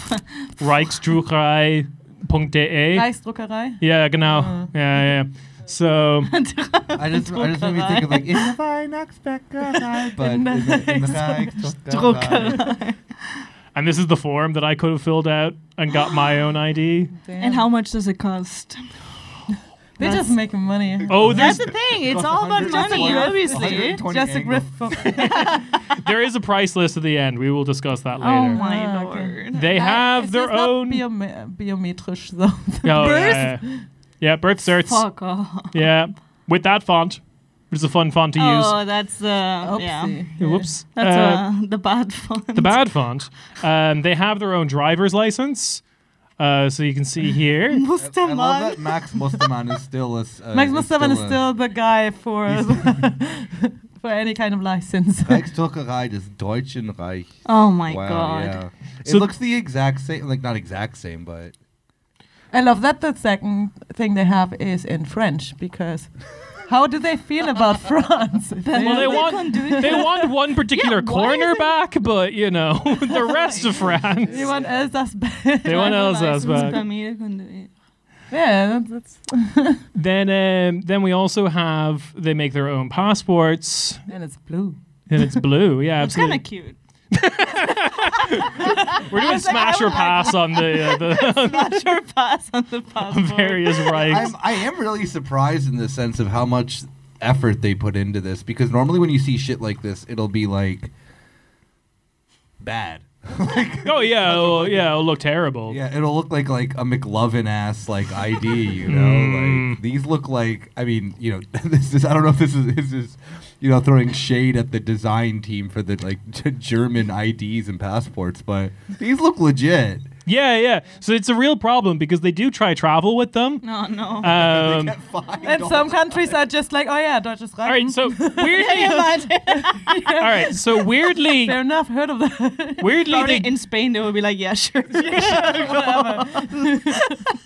D: Reichsdruckerei.de.
C: Reichsdruckerei.
D: Yeah, genau.
F: Oh.
D: Yeah, yeah.
F: [laughs]
D: So
E: I just, I just made me think of like in the Weihnachtsbäckerei, but in the, in the Reichsdruckerei.
D: And this is the form that I
F: [gasps]
D: could have filled out and got my own ID.
F: And how much does it cost?
C: They're just making money.
D: Oh,
G: That's
D: there's
G: the thing. It's all about money, obviously.
C: Just a grift for
D: there is a price list at the end. We will discuss that later.
F: Oh my
C: Ah, okay.
F: lord.
D: They have
C: It's
D: their
C: just not
D: own.
C: biome- biometrisch
F: [laughs]
C: though.
D: Oh, yeah, yeah. Yeah, birth certs.
F: Fuck off.
D: Yeah, with that font, which is a fun font to
F: Oh, that's the yeah.
C: Oopsie.
D: use. Whoops.
F: That's
D: Uh,
F: uh, the bad [laughs] font.
D: the bad font. Um, they have their own driver's license. Uh, so you can see
F: [laughs]
D: here.
E: I love
F: Mustaman.
E: that Max Mustaman is still a. s- Uh,
C: Max Mustaman is
E: a- [laughs]
C: still the guy for [laughs] for any kind of license. [laughs]
E: Reichsdruckerei des Deutschen Reich.
F: Oh my
E: wow,
F: god.
E: yeah.
D: So-
E: it looks the exact same, like not exact same, but
C: I love that the second thing they have is in French because how do they feel about [laughs] France? If they-
D: Well, they
F: couldn't
D: want
F: do it.
D: they want one particular
F: why
D: corner
F: is it-
D: back, but you know [laughs] the rest of France.
C: you want Elsa's back?
D: They want
F: Driver's
D: Elsa's
F: license,
D: back.
F: Pamir can do it.
C: [laughs] yeah, that's, that's
D: Then um, then we also have they make their own passports
C: and it's blue.
D: and it's blue. Yeah,
F: It's kind
D: absolutely.
F: of cute.
D: We're doing smash or pass on the, uh, the
F: Not your pass on the passport.
D: various rights.
E: I'm, I am really surprised in the sense of how much effort they put into this because normally when you see shit like this, it'll be like bad.
D: Oh yeah, it'll, yeah, it'll look terrible.
E: Yeah, it'll look like like a McLovin ass like ID, you
D: Hmm.
E: know. Like these look like I mean, you know, [laughs] this is I don't know if this is this is you know throwing shade at the design team for the like [laughs] g- German IDs and passports, but these look legit.
D: yeah, yeah. So it's a real problem because they do try travel with them.
F: No, no.
D: Um,
E: Get fined
C: And
E: all
D: [laughs]
C: some
E: the time.
C: countries are just like, oh yeah, Deutsches Reich.
D: all right, so weirdly, all right, so weirdly,
C: Fair enough, heard of that. [laughs]
D: weirdly,
F: Probably
D: they,
F: in Spain they would be like, [laughs] yeah, sure.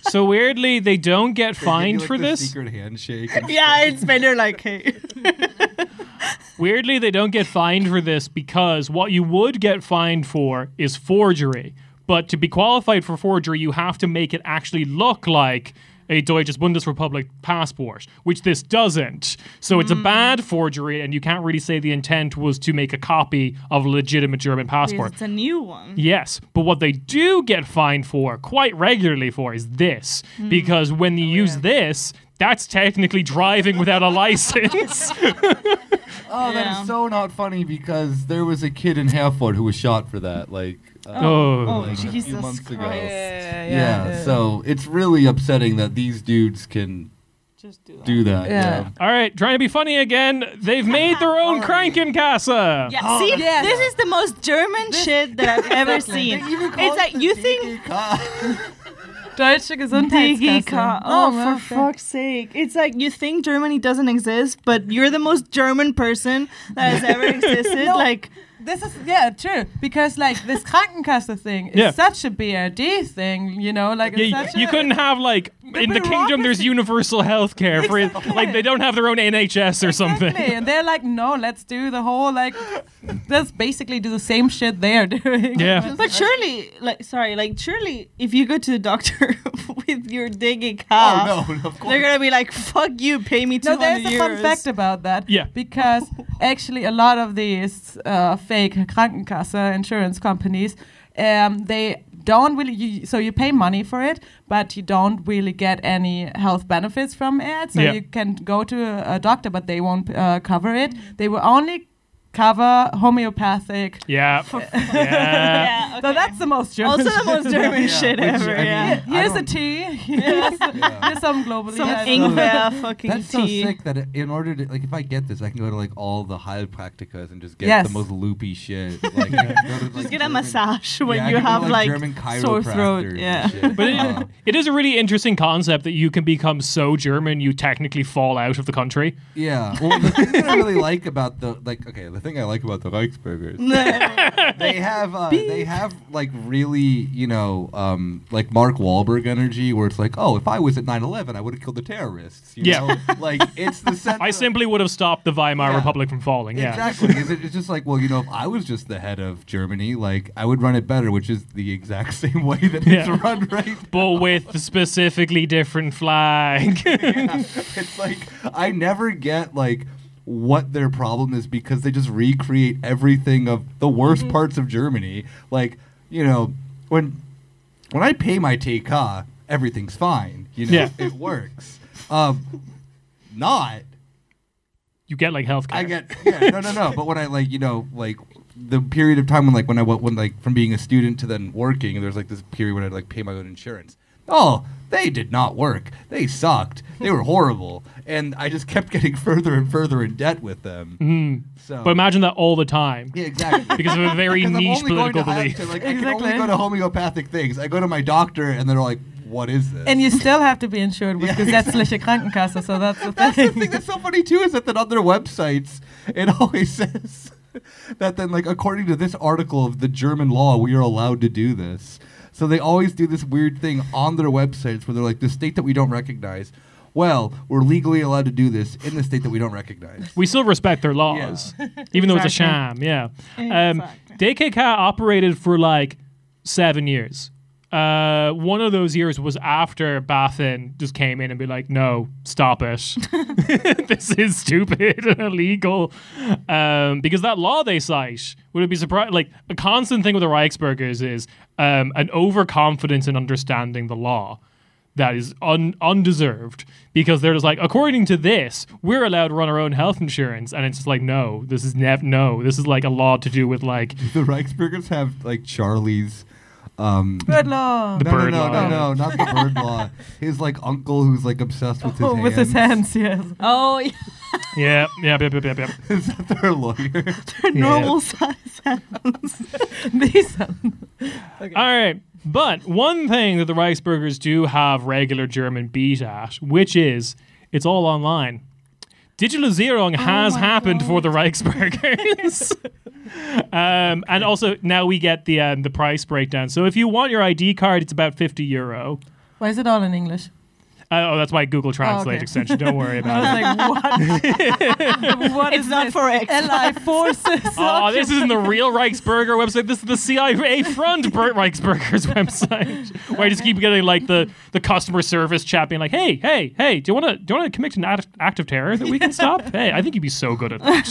D: so weirdly they don't get
E: They give you,
D: fined
E: like,
D: for
E: the
D: this.
E: secret handshake. and
F: yeah, in Spain they're like, hey.
D: Weirdly, they don't get fined for this because what you would get fined for is forgery. But to be qualified for forgery, you have to make it actually look like a Deutsches Bundesrepublik passport, which this doesn't. So it's a bad forgery, and you can't really say the intent was to make a copy of a legitimate German passport.
F: It's a new one.
D: Yes, but what they do get fined for quite regularly for is this because when you use this, that's technically driving without a license.
E: Oh, that
F: Yeah.
E: is so not funny because there was a kid in Hereford who was shot for that, like, uh,
D: oh.
E: like a few
F: Jesus
E: months ago.
F: Christ.
E: Yeah, so it's really upsetting that these dudes can
F: Just do that.
E: do that.
C: Yeah.
E: Yeah.
D: All right, trying to be funny again. They've made their own Krankenkasse.
F: Yeah, see,
C: yeah.
F: this is the most German shit that I've ever seen. It's like you think
C: Deutsche
F: Diggy
C: Gesundheitskasse.
F: car. Oh,
C: well,
F: for fuck's sake. It's like you think Germany doesn't exist, but you're the most German person that has ever existed.
C: No.
F: Like,
C: This is yeah, true. Because like this Krankenkasse thing is
D: Yeah.
C: such a BRD thing, you know, like it's
D: Yeah,
C: such
D: you
C: a,
D: couldn't have like in the kingdom. There's universal health care for like they don't have their own NHS or something.
C: Exactly. And they're like, no, let's do the whole like, let's basically do the same shit they're [laughs]
D: [laughs]
C: doing.
D: Yeah,
F: but surely, like, sorry, like, surely if you go to the doctor [laughs] with your diggy car,
E: [laughs] Oh, no, of course.
F: they're gonna be like, fuck you, pay me
C: No,
F: 200
C: there's a fun
F: euros."
C: fact about that.
D: Yeah.
C: Because actually, a lot of these uh, fake Krankenkasse insurance companies, um, they don't really. You, so you pay money for it, but you don't really get any health benefits from it. So
D: Yeah.
C: you can go to a, a doctor, but they won't uh, cover it. They will only cover homeopathic.
D: yeah, yeah.
F: Yeah,
C: So
F: okay.
C: that's the most German.
F: also the
C: [laughs]
F: most German shit
E: which,
F: ever.
E: I mean,
F: yeah.
E: I
C: Here's a
E: don't-
C: tea. Here's, here's some globally.
F: Some
C: Yeah, so-
F: [laughs] Ingwer fucking
E: That's so
F: tea.
E: sick that in order to like, if I get this, I can go to like all the heilpraktikas and just get
C: Yes.
E: the most loopy
F: [laughs]
E: shit. Like, just
F: Get a massage when you
E: I can go
F: have
E: to,
F: like,
E: German
F: sore throat.
E: chiropractors and
F: Yeah.
E: shit.
D: But
E: Uh,
F: [laughs]
D: it, it is a really interesting concept that you can become so German you technically fall out of the country.
E: Yeah. Well, the thing that I really like about the like, okay, the thing I like about the Reichsburgers,
F: [laughs]
D: [laughs]
E: they have uh, they have like really, you know, um, like Mark Wahlberg energy, where it's like, oh, if I was at 9/11, I would have killed the terrorists. You
D: Yeah.
E: Know? Like it's
D: [laughs]
E: the sense.
D: I
E: of-
D: simply would have stopped the Weimar
E: Yeah.
D: Republic from falling. Yeah.
E: Exactly. Is it- It's just like, well, you know, if I was just the head of Germany, like I would run it better, which is the exact [laughs] same way that it's
D: Yeah.
E: run right
D: But with a specifically different flag. [laughs]
E: [laughs] it's like I never get like what their problem is because they just recreate everything of the worst parts of Germany. Like you know when when I pay my TK everything's fine. You know,
D: Yeah.
E: it works. Um, not
D: You get like healthcare.
E: I get yeah, no, no, no. But when I like, you know, like the period of time when like when I went when like from being a student to then working, there's like this period when I'd like pay my own insurance. Oh, they did not work. They sucked. They were horrible, and I just kept getting further and further in debt with them. So,
D: Mm-hmm. But imagine that all the time
E: yeah, exactly.
D: [laughs] because of a very
E: [laughs] Because I'm
D: niche
E: only going
D: political
E: to
D: belief.
E: [laughs] Aspen, like, I can only
C: Exactly.
E: go to homeopathic things. I go to my doctor, and they're like, "What is this?"
C: And you still have to be insured with gesetzliche Krankenkasse, so that's the
E: [laughs] That's the
C: thing.
E: thing that's so funny too is that then on their websites it [laughs] always says that then like according to this article of the German law we are allowed to do this. So they always do this weird thing on their websites where they're like the state that we don't recognize. Well, we're legally allowed to do this in the state that we don't recognize. [laughs]
D: We still respect their laws, even though it's a sham.
F: Exactly.
D: Yeah. Um, DKK operated for like seven years. Uh, one of those years was after Baffin just came in and be like, "No, stop
E: [laughs]
D: it. [laughs] this is stupid and illegal." Um, because that law they cite would it be surprised? Like a constant thing with the Reichsburgers is um, an overconfidence in understanding the law that is un- undeserved because they're just like, according to this, we're allowed to run our own health insurance, and it's just like, no, this is nev- no, this is like a law to do with like [laughs]
E: The Reichsburgers have like Charlie's um
C: Good lord.
E: no,
D: bird
E: no, no,
D: law.
E: no, no, not the bird law. His like uncle who's like obsessed with his
C: Oh,
E: hands.
C: with his hands, yes.
F: Oh, yeah.
D: yeah, yeah, yeah, yeah, yeah.
E: Is that [laughs] their lawyer?
F: [laughs] normal size.
C: These are
D: All right. But one thing that the Reichsburgers do have regular German beat at, which is it's all online. Digitalisierung has happened for the Reichsburgers. [laughs] um, and also now we get the um, the price breakdown. So if you want your ID card, it's about 50 euro.
C: Why is it all in English?
D: Uh, oh, that's my Google Translate
C: okay.
D: extension. Don't worry
C: I [laughs]
D: about it.
E: [laughs]
C: was like, what? what
F: It's
C: is
F: not
C: this?
F: for X.
C: Allied
E: [laughs]
C: forces. [laughs]
D: Oh, this isn't the real Reichsburger website. This is the CIA front Bert Reichsburger's [laughs] website, where I just keep getting like the, the customer service chat being like, "Hey, hey, hey, do you want to do you want to commit an act, act of terror that we can
C: [laughs]
D: stop? Hey, I think you'd be so good at that."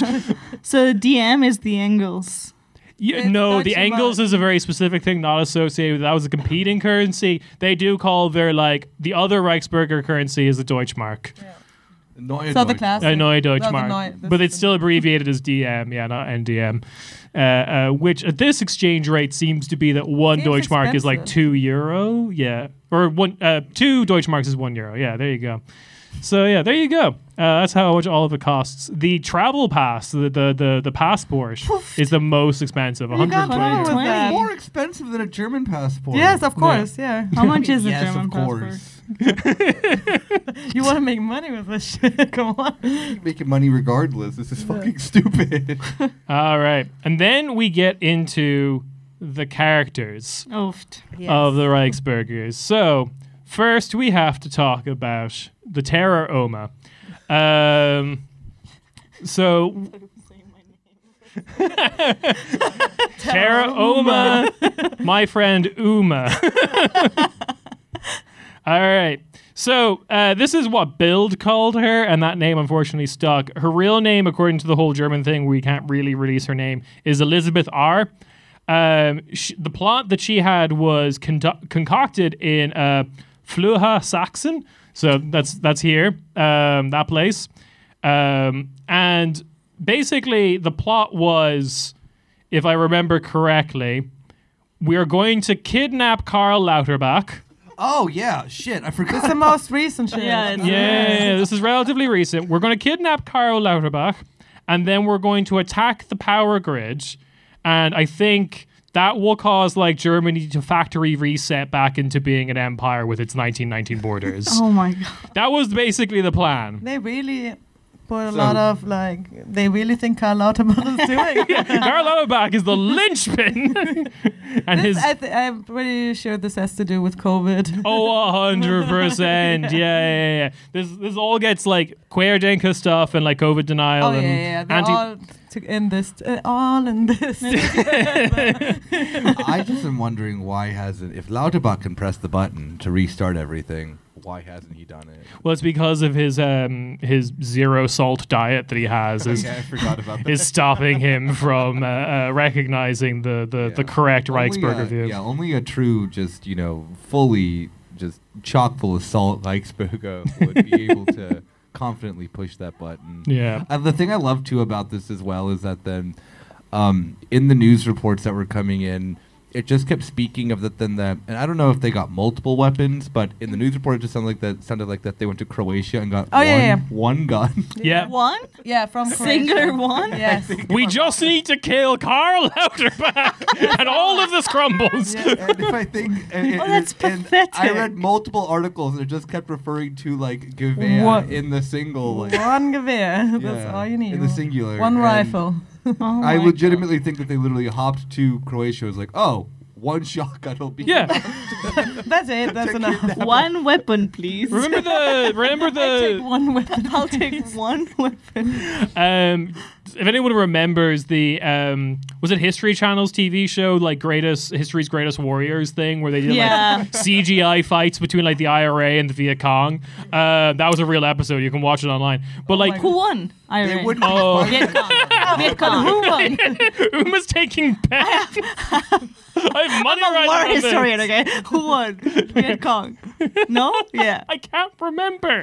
F: So DM is the angles.
D: You,
C: It's
D: no,
C: not
D: the
C: too
D: angles
C: much.
D: is a very specific thing, not associated with that was a competing currency. They do call their like the other Reichsburger currency is the Deutschmark,
E: Neue
C: So the
E: Deutsche.
C: class.
D: a Neue Deutschmark,
C: Neue- this
D: but
C: is
D: it's still abbreviated as DM, yeah, not NDM. Uh, uh, which at this exchange rate seems to be that one
C: Seems
D: Deutschmark is like
C: expensive.
D: two euro, yeah, or one uh, two Deutschmarks is one euro, yeah. There you go. So yeah, there you go. Uh, that's how much all of it costs. The travel pass, the the the, the passport, is the most expensive, one hundred
C: got
D: twenty.
C: one.
E: It's
C: with that.
E: more expensive than a German passport.
C: Yes, of course, yeah.
F: How much is the
E: yes,
F: German
E: of
F: passport?
E: course.
C: You want to make money with this shit? [laughs] Come on.
E: Making money regardless. This is fucking stupid.
D: All right. And then we get into the characters
F: Oft.
D: of the Reichsburgers. So, first we have to talk about the Terror Oma. Um, so, Terra Oma, my friend Uma. All right. So uh, this is what Bild called her, and that name unfortunately stuck. Her real name, according to the whole German thing, we can't really release her name, is Elizabeth R. Um, sh- the plot that she had was condu- concocted in uh, Fluha Saxon, so that's that's here, um, that place, um, and basically the plot was if I remember correctly, we are going to kidnap Karl Lauterbach.
E: oh yeah, shit. I forgot.
C: It's the most recent shit.
F: Yeah, it's-
D: Yeah, this is relatively recent. We're going to kidnap Karl Lauterbach, and then we're going to attack the power grid. And I think that will cause like Germany to factory reset back into being an empire with its 1919 borders.
F: Oh my god.
D: That was basically the
C: [laughs]
D: plan.
C: They really put a
E: So-
C: lot of like. They really think Karl Lauterbach
D: [laughs]
C: is doing.
D: Karl Lauterbach is the linchpin, [laughs] and his
C: This, I th- I'm pretty sure this has to do with COVID.
D: Oh, a hundred percent.
C: [laughs]
D: Yeah, yeah, yeah. This this all gets like queer Denka stuff and like COVID denial
C: Oh yeah,
D: and
C: yeah, yeah. They're
D: anti.
C: all to, in this, uh, all in this.
E: I just am wondering why hasn't if Lauterbach can press the button to restart everything, why hasn't he done it?
D: well, it's because of his um his zero salt diet that he has is
E: Yeah, I forgot [laughs] about that.
D: is stopping him from uh, uh, recognizing the the, the correct
E: Only
D: Reichsburger
E: a-
D: view.
E: Yeah, only a true, just you know, fully just chock full of salt like Spogo would be able
C: [laughs]
E: to confidently push that button.
D: Yeah.
E: Uh, the thing I love too about this as well is that then um, in the news reports that were coming in, it just kept speaking of that then that and I don't know if they got multiple weapons, but in the news report it just sounded like that sounded like that they went to Croatia and got
C: Oh,
E: one
C: yeah, yeah.
E: one gun.
D: Yeah.
F: One
C: [laughs] Yeah, from
F: singular [laughs]
C: Croatia.
F: one.
C: Yes.
D: We just need to kill Carl Lauterbach, and all of this crumbles.
E: and if I
F: [laughs]
E: think, and, and-
F: Oh, that's
E: and- and I
F: pathetic.
E: read multiple articles that just kept referring to like Gavan
C: What?
E: in the single. Like,
C: One gewehr. That's
E: Yeah,
C: all you need.
E: in the singular,
C: One
E: and-
C: rifle.
F: Oh
E: I
F: my
E: legitimately think that they literally hopped to Croatia. It was like, oh, one shotgun will be.
D: Yeah.
C: That's it. That's [laughs] enough.
F: God. One weapon, please.
D: Remember the remember
C: [laughs]
D: the
C: One weapon.
F: [laughs] I'll take one weapon.
D: um, if anyone remembers the um, was it History Channel's TV show like greatest history's greatest warriors thing where they did
F: Yeah.
D: like CGI fights between like the IRA and the Viet Cong. Uh, that was a real episode. You can watch it online. But like
F: Who won?
E: They
F: Iron.
E: wouldn't.
D: Oh.
E: be
F: [laughs] Viet
E: [laughs]
F: Cong. Viet Cong. Who won?
D: [laughs] Uma's taking back. [laughs] I have money right
F: War
D: on this.
F: historian, okay?
E: [laughs]
F: Who won? Viet Cong. No? Yeah.
D: I can't remember.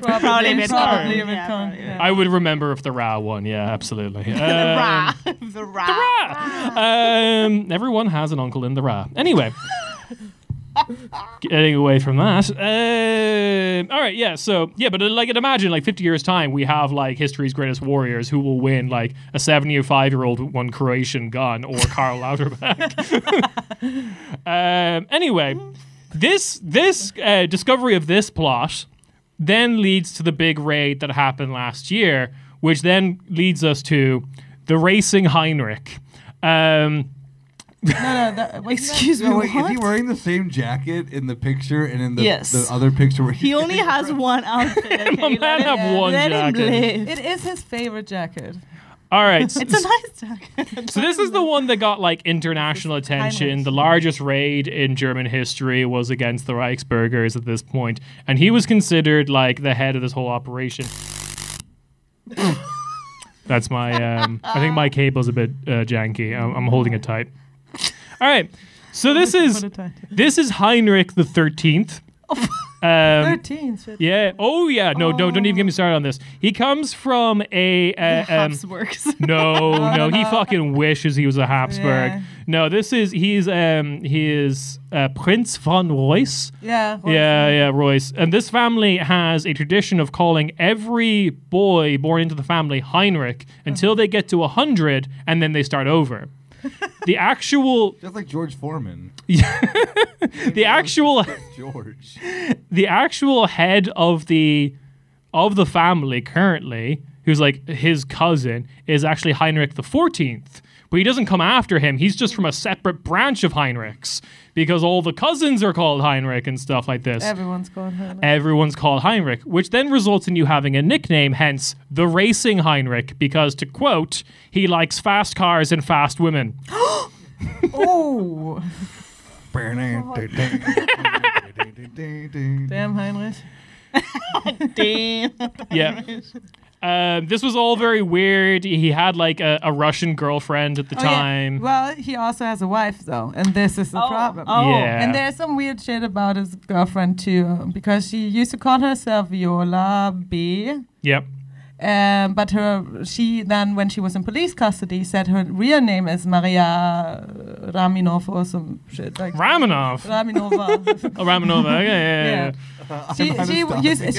C: [laughs]
F: Probably Viet Cong.
C: Probably Viet
F: Yeah,
C: Cong,
F: probably,
C: yeah.
D: I would remember if the Ra one. Yeah, absolutely. [laughs]
F: The
D: Um,
F: Ra. The Ra.
D: [laughs] um, everyone has an uncle in the Ra. Anyway, getting away from that. Um, all right, yeah. So yeah, but uh, like, I'd imagine like 50 years time, we have like history's greatest warriors who will win like a 75 year old with one Croatian gun or Karl Lauterbach. [laughs] um, anyway, this this uh, discovery of this plot then leads to the big raid that happened last year, which then leads us to the racing Heinrich. Um,
C: No, no. That, wasn't
F: [laughs] Excuse me.
E: No, wait, is
F: what?
E: he wearing the same jacket in the picture and in the,
F: Yes.
E: the other picture where
F: He only has one outfit.
D: [laughs]
F: Okay?
D: a man
F: Let him-
D: have one
F: let him
D: jacket.
F: live.
C: that- it is his favorite jacket.
D: All right,
F: It's a nice jacket.
D: so this is the one that got like international attention.
C: Heinrich.
D: The largest raid in German history was against the Reichsburgers at this point, and he was considered like the head of this whole operation.
C: [laughs]
D: That's my. Um, I think my cable's a bit uh, janky. I'm, I'm holding it tight. All right, so this is
C: Put it tight.
D: this is Heinrich the
C: [laughs]
D: Thirteenth. Um,
C: 13. shit.
D: Yeah. Oh, yeah. No, no, don't even get me started on this. He comes from a.
F: [laughs]
D: Uh, um, [laughs]
F: Habsburgs.
D: no, no, he fucking wishes he was a Habsburg.
C: Yeah.
D: No, this is he's um he is uh, Prince von Royce.
C: Yeah. well,
D: Yeah, yeah, Royce. And this family has a tradition of calling every boy born into the family Heinrich until they get to 100 and then they start over. The actual
E: just like George
F: [laughs]
E: Foreman.
D: the actual
E: [laughs]
F: [laughs]
E: George.
F: Oh
D: the actual head of the of the family currently, who's like his cousin, is actually Heinrich the Fourteenth. But he doesn't come after him. He's just from a separate branch of Heinrichs because all the cousins are called Heinrich and stuff like this.
C: Everyone's going home.
D: Everyone's called Heinrich, which then results in you having a nickname, hence the racing Heinrich, because to quote, he likes fast cars and fast women.
C: [laughs] oh.
E: [laughs] Damn.
C: Damn, Heinrich.
F: Damn.
C: [laughs]
D: yeah. Um, this was all very weird. He had like a, a Russian girlfriend at the
C: Oh, yeah.
D: time.
C: Well, he also has a wife, though, and this is the
F: Oh,
C: problem.
F: oh.
D: Yeah.
C: And there's some weird shit about his girlfriend, too, because she used to call herself Viola B.
D: Yep.
C: Um, but her, she then, when she was in police custody, said her real name is Maria Raminov or some shit like
D: Ramanov.
C: Raminova.
D: Oh, Ramanova. Yeah, [laughs] yeah, yeah, yeah.
C: yeah. She,
E: I'm
C: she,
E: stopping.
C: used, she,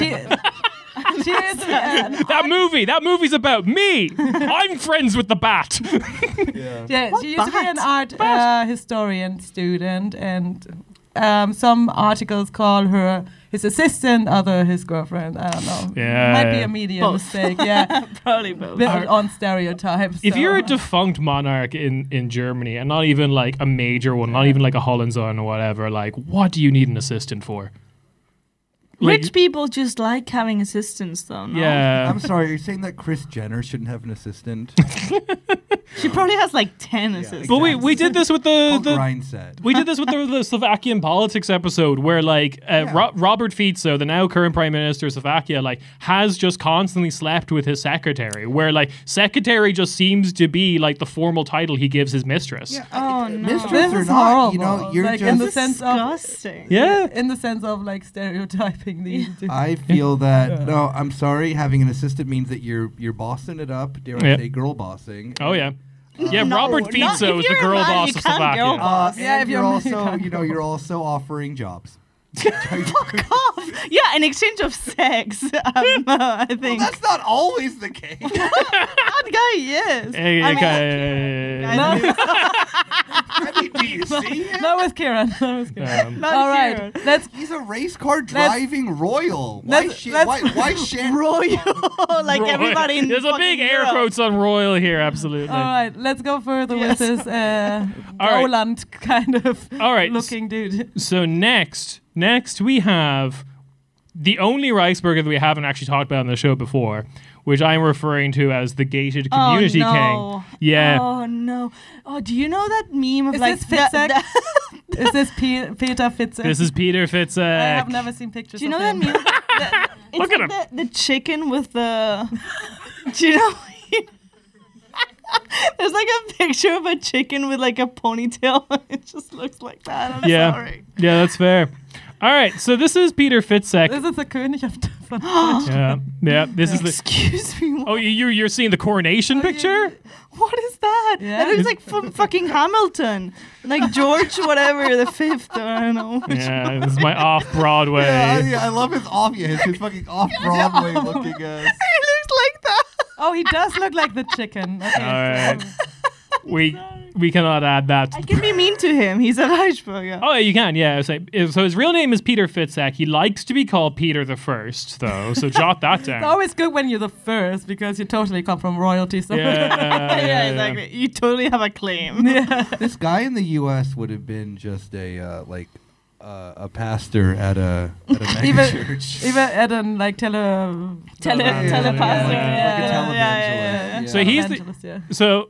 C: [laughs] she is uh, an
D: That movie. That movie's about me. I'm friends with the bat.
E: Yeah.
C: Yeah, she used to be
F: But-
C: an art uh, historian student, and um, some articles call her his assistant, other his girlfriend. I don't know.
D: Yeah,
C: might be
D: yeah.
C: a media
F: Both.
C: mistake.
F: [laughs]
C: Yeah,
F: Probably both.
C: built on stereotypes.
D: if
C: so-
D: you're a defunct monarch in, in Germany and not even like a major one, not even like a Hohenzollern or whatever, like what do you need an assistant for? Like-
F: Rich people just like having assistants, though. No?
D: Yeah.
E: I'm sorry, you're saying that Chris Jenner shouldn't have
D: [laughs]
E: an assistant?
F: She probably has like 10 assistants.
D: But we, we did this with the,
E: Fuck
D: the
E: Ryan said.
D: we did this with the, the Slovakian politics episode where like uh, Ro- Robert Fico, the now current prime minister of Slovakia, like has just constantly slept with his secretary. Where like secretary just seems to be like the formal title he gives his mistress. Yeah,
F: Oh, no.
E: Mistress or
C: is
E: not,
C: horrible.
E: you know, you're
C: Like,
E: just.
C: in the sense-
F: Disgusting.
C: in the sense of like stereotyping the. the-
E: I feel that no, I'm sorry. Having an assistant means that you're you're bossing it up. Dare
D: Yeah.
E: I say, girl bossing?
D: Oh yeah. yeah, Robert
F: not-
D: Fico
F: if
D: is the
F: you're a
D: girl
F: man,
D: boss
F: you
D: of
F: can't
D: Slovakia. Oh,
F: girl boss.
E: Uh,
C: Yeah,
E: and
C: if
E: you're
C: you're [laughs]
E: also
C: married.
E: you know you're also offering jobs.
F: Off. Yeah, in exchange of sex, [laughs] um,
D: [laughs]
F: uh, I think.
E: That's not always the case.
C: [laughs]
F: that guy, yes.
D: Hey,
F: I mean,
D: okay.
C: [laughs]
F: Uh,
C: no,
E: I mean, do you see him?
C: no, with Kieran. [laughs] No, with Kieran.
D: Um,
F: Not
C: All
F: here.
C: right, let's
E: He's a race car
C: That's-
E: driving royal. Why
C: that's-
E: shit?
C: that's-
E: Why,
C: [laughs]
E: why shit? [laughs]
F: Royal, like
D: Roy-
F: [laughs] everybody in
D: There's a
F: fucking Uh,
D: big air
F: Europe.
D: quotes on royal here, absolutely.
C: All right, let's go further
F: Yes.
C: with this uh,
D: right.
C: Roland kind of
D: All right, s-
C: looking dude.
D: So next, next we have the only Reichsburger that we haven't actually talked about on the show before, which I'm referring to as the gated community
F: oh, no.
D: king. Yeah.
F: Oh no. Oh, do you know that meme of
C: Is
F: like
C: this
F: that-
C: Fitzek?
F: that-
C: Is this Pe- Peter Fitzek?
D: This is Peter Fitzek.
C: I have never seen pictures.
F: Do you know
C: of
F: that
C: him.
D: [laughs]
F: meme? that, it's
D: Look at
F: like The, the chicken with the. [laughs] Do you know? [laughs] There's like a picture of a chicken with like a ponytail. [laughs] It just looks like that. I'm
D: yeah.
F: sorry.
D: Yeah, that's fair. All right, so this is Peter Fitzek.
C: This is the König of Deutschland.
D: Yeah, yeah. This is the.
F: Excuse me. What,
D: Oh, you you're seeing the
F: Oh,
D: coronation picture?
F: what is that?
C: Yeah.
F: That looks like from fucking Hamilton, like George whatever the fifth. Or I don't know. [laughs]
D: Yeah, this is my off Broadway.
E: Yeah, I, yeah, I love his off. Yeah, his, his fucking off
C: [laughs]
E: Broadway looking ass.
F: It looks like that.
C: [gasps] oh, he does look like the chicken. Okay.
D: All right. We we cannot add that.
F: I can be mean to him. He's a Reichsbürger.
D: Oh, yeah, you can. Yeah. So, so his real name is Peter Fitzek. He likes to be called Peter the First, though. So jot that down.
C: [laughs] It's always good when you're the first because you totally come from royalty. So
D: yeah, yeah,
F: [laughs] yeah,
D: yeah.
F: exactly. You totally have a [laughs] claim.
E: This guy in the U.S. would have been just a uh, like uh, a pastor at a at a mega
C: Even- [laughs]
E: church.
C: [laughs] even at an like tele.
F: Tele-
E: Yeah, [laughs] yeah,
F: telepathic.
E: yeah,
C: yeah,
E: like a
C: yeah,
E: televangelist.
F: yeah, yeah.
D: So he's the-
C: evangelist, yeah.
D: So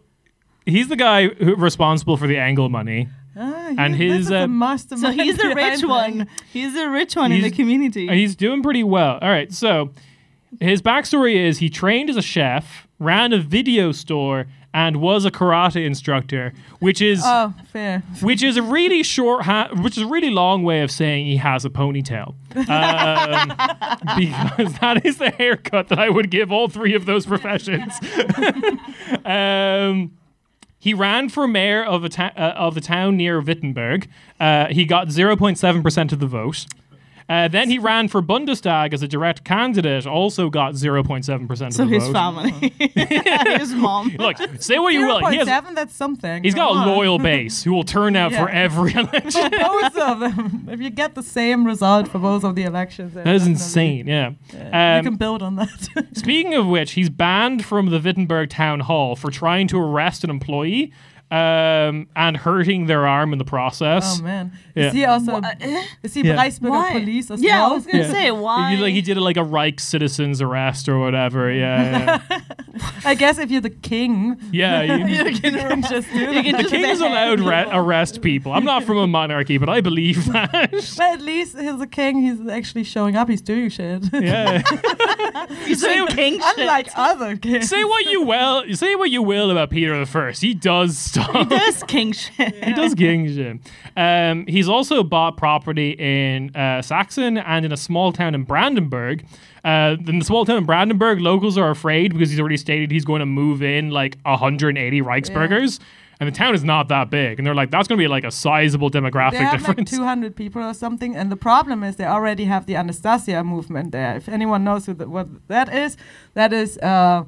D: he's the guy who, responsible for the angle money.
C: Ah,
D: and
C: he- this
D: his,
C: is
D: uh,
C: the mastermind.
F: So he's [laughs] the
C: behind
F: rich
C: that.
F: one. He's the rich one in
D: He's-
F: the community.
D: And he's doing pretty well. All right. So his backstory is he trained as a chef, ran a video store, and was a karate instructor, which is
C: Oh, fair.
D: which is a really short, ha- which is a really long way of saying he has a
F: [laughs]
D: ponytail, um, because that is the haircut that I would give all three of those professions. [laughs] um, he ran for mayor of a ta- uh, of the town near Wittenberg. Uh, he got zero point seven percent of the vote. Uh, then he ran for Bundestag as a direct candidate, also got 0.7% of
F: so
D: the
F: his
D: vote.
C: [laughs]
F: family,
D: [laughs]
F: his mom.
D: Look, say what you will. He has,
C: 0.7, that's something.
D: he's got
C: Come
D: a
C: on.
D: loyal base who will turn out for
C: Yeah.
D: every [laughs] election.
C: [laughs] both of them. If you get the same result for both of the elections,
D: That is insane. Yeah.
C: You
D: Um,
C: [laughs] can build on that.
D: speaking of which, he's banned from the Wittenberg town hall for trying to arrest an employee um, and hurting their arm in the process.
C: oh man,
D: Yeah.
C: is he also
F: eh?
C: is he
D: Yeah.
C: Reichsbürger
F: Why?
C: police as
F: yeah, I
C: well?
F: was gonna
D: Yeah.
F: say why.
D: He, like he did like a Reich citizen's arrest or whatever. Yeah,
C: I guess if you're the king,
D: yeah.
C: [laughs]
D: yeah [laughs] you,
C: you can just do
F: You can
C: that.
D: the
F: just
D: king is
F: ban
D: allowed
F: people.
D: ra- arrest people. I'm not from a monarchy, but I believe that.
C: [laughs] But at least he's a king. He's actually showing up. He's doing shit. [laughs]
D: yeah.
F: He's doing king shit.
C: Unlike other kings.
D: say what you will. Say what you will about Peter the First. He does stuff.
F: This king shit.
D: He
C: [laughs]
D: does gang shit. Um, he's also bought property in uh, Saxon and in a small town in Brandenburg. Uh, in the small town in Brandenburg, locals are afraid because he's already stated he's going to move in like 180 Reichsburgers. And the town is not that big. And they're like, that's going to be like a sizable demographic
C: They have like
D: [laughs] difference.
C: 200 people or something, and the problem is they already have the Anastasia movement there. If anyone knows who th- what that is, that is uh,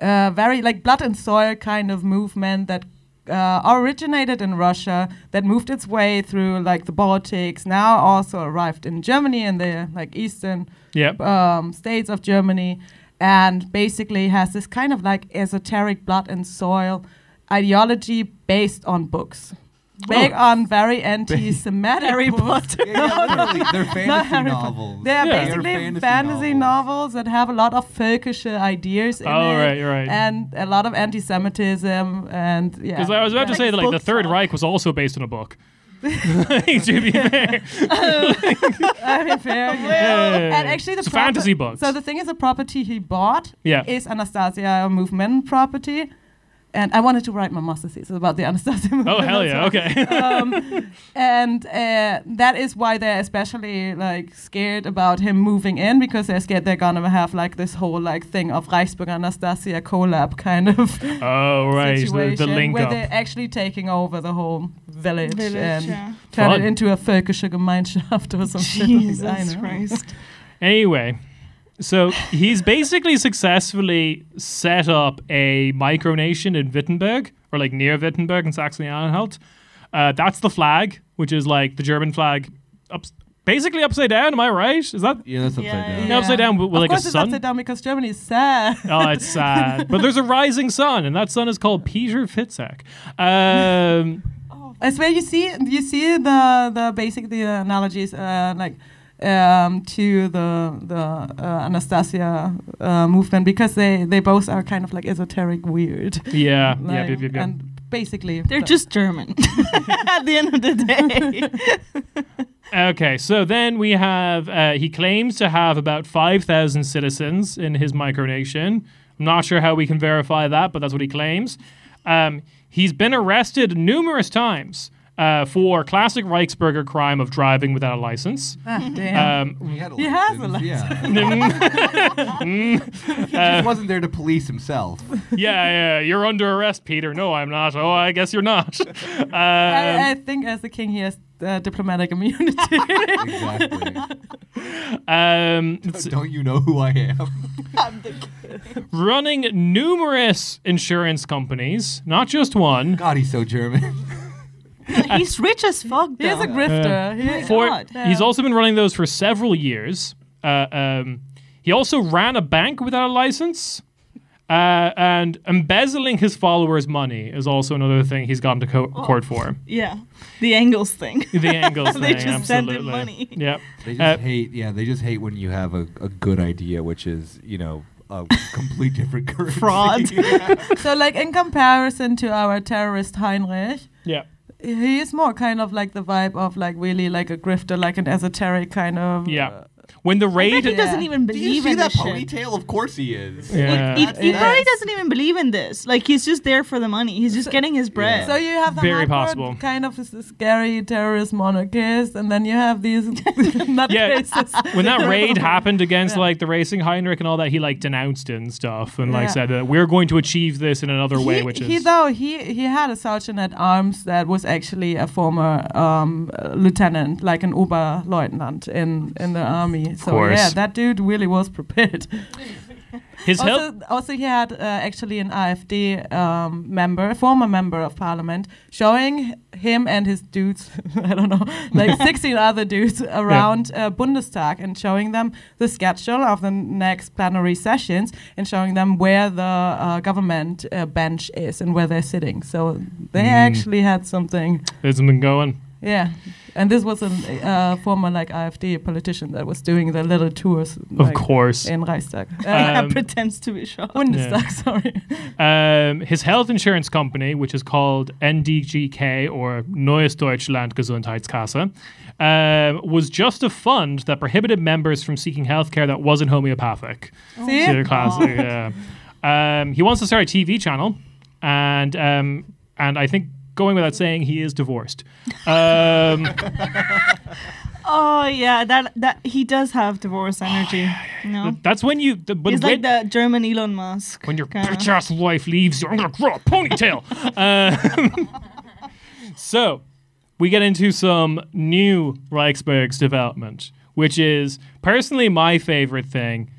C: uh, very like blood and soil kind of movement that uh, originated in Russia, that moved its way through like the Baltics, now also arrived in Germany and the like eastern
D: yep.
C: um, states of Germany, and basically has this kind of like esoteric blood and soil ideology based on books. big on very anti-Semitic
F: Harry
C: books.
F: Potter.
E: literally, they're fantasy
C: Harry Potter. [laughs]
E: novels.
C: They are
D: Yeah.
C: basically fantasy, novels. that have a lot of folkish uh, ideas in
D: Oh,
C: it,
D: right, right.
C: and a lot of anti-Semitism, and yeah.
D: Because I was about to
F: Like
D: say that like the
F: book
D: Third
F: talk.
D: Reich was also based on a
C: [laughs]
D: book. [laughs] to be fair.
C: I [laughs] mean, fair, yeah.
D: Yeah.
C: And actually, the
D: It's fantasy
C: proper-
D: books.
C: So the thing is, the property he bought
D: Yeah.
C: is Anastasia movement property, and I wanted to write my master's thesis about the Anastasia movement.
D: Oh hell
C: as well.
D: yeah! [laughs] Okay.
C: um, and uh, that is why they're especially like scared about him moving in because they're scared they're gonna have like this whole like thing of Reichsburg Anastasia collab kind of
D: oh [laughs] right, the,
C: situation
D: the link
C: where
D: up.
C: they're actually taking over the whole village,
F: Village,
C: and
F: yeah.
C: turn
D: Fun.
C: it into a völkische Gemeinschaft or some shit. like that, I
F: Jesus
C: know.
F: Christ.
D: Anyway, so he's basically successfully set up a micronation in Wittenberg, or like near Wittenberg in Saxony Anhalt. Uh, that's the flag, which is like the German flag, ups- basically upside down. Am I right? Is that
E: Yeah, that's upside
F: Yeah,
E: down.
D: no, upside down with, with
C: of
D: like a
C: course, it's
D: sun?
C: upside down because Germany is sad. [laughs]
D: Oh, it's sad. but there's a rising sun, and that sun is called Peter Fitzek. Um,
C: As well, you see, you see the the basic the analogies uh, like um, to the the uh, Anastasia uh, movement because they they both are kind of like esoteric weird.
D: yeah, [laughs] yeah,
C: Like,
D: yeah, yeah, yeah.
C: And basically,
F: They're just [laughs] German at the end of the [laughs] day.
D: Okay, so then we have uh, he claims to have about five thousand citizens in his micronation. I'm not sure how we can verify that, but that's what he claims. Um, he's been arrested numerous times uh, for classic Reichsberger crime of driving without a license. [laughs]
C: ah, damn.
D: Um,
E: He, had a
C: He has a
E: Yeah. [laughs] he just wasn't there to
C: [laughs]
E: police himself.
D: yeah, yeah, you're under arrest, Peter. No, I'm not. Oh, I guess you're not. [laughs]
C: I, I think as the king, he has uh, diplomatic immunity.
E: Exactly.
D: Um, it's-
E: Don't you know who I am?
D: running numerous insurance companies, not just one.
E: God, he's so German.
F: [laughs] He's rich as fuck.
C: he is
F: though.
C: a grifter. He is-
D: for
F: God.
D: he's also been running those for several years. Uh, um, he also ran a bank without a license, uh, and embezzling his followers' money is also another thing he's gone to co- court for.
F: yeah, the Engels thing. [laughs]
D: The angles
F: Oh. They
D: thing,
F: just send
D: absolutely.
F: him money.
D: Yep.
E: They just
D: Uh,
E: hate. Yeah, they just hate when you have a, a good idea, which is you know a complete different [laughs] currency.
F: Fraud.
C: so, like in comparison to our terrorist Heinrich,
D: yeah.
F: Uh,
C: he is more kind of like the vibe of like really like a grifter, like an esoteric kind of.
D: Yeah. When the
F: I bet
D: raid.
F: he
C: Yeah.
F: doesn't even
E: Do
F: believe
E: you see
F: in
E: that
F: this shit.
E: ponytail? Of course he is.
D: Yeah.
F: He, he
C: Yeah.
F: probably doesn't even believe in this. Like he's just there for the money. He's just getting his bread.
C: So
F: [laughs]
C: you have the
D: Very
C: hardcore
D: possible.
C: kind of s- scary terrorist monarchist, and then you have these [laughs] nutcases.
D: when that
F: [laughs]
C: [laughs]
D: raid happened against like the racing Heinrich and all that, he like denounced it and stuff, and like
C: Yeah.
D: said that we're going to achieve this in another way,
C: he,
D: which
C: he
D: is
C: though he he had a sergeant at arms that was actually a former um, uh, lieutenant, like an Oberleutnant in in the army. So
D: course.
C: yeah, that dude really was prepared.
D: his help.
C: Also, also, he had uh, actually an AfD um, member, former member of parliament, showing him and his dudes, [laughs] I don't know,
D: [laughs]
C: like 16 other dudes around uh, Bundestag and showing them the schedule of the next plenary sessions and showing them where the uh, government uh, bench is and where they're sitting. So they
D: Mm.
C: actually had something,
D: There's something going.
C: yeah. And this was a uh, former like AfD politician that was doing the little tours.
D: Of
C: like,
D: course.
C: In Reichstag. Uh,
F: Yeah,
D: Um,
F: pretends to be shocked.
C: Bundestag, [laughs] sorry.
D: Um, his health insurance company, which is called NDGK or Neues Deutschland Gesundheitskasse, um, was just a fund that prohibited members from seeking health care that wasn't homeopathic.
C: See?
D: So classic, yeah. Um, he wants to start a TV channel, and um, and I think going without saying he is divorced. Um,
F: Oh yeah, that that he does have divorce
D: Oh,
F: energy. No,
D: that's when you. The, but
F: he's
D: when,
F: like the German Elon Musk.
D: when your
F: kinda. [laughs]
D: bitch ass wife leaves you, I'm gonna grow a
C: [laughs]
D: ponytail. Um, [laughs] so we get into some new Reichsberg's development, which is personally my favorite thing: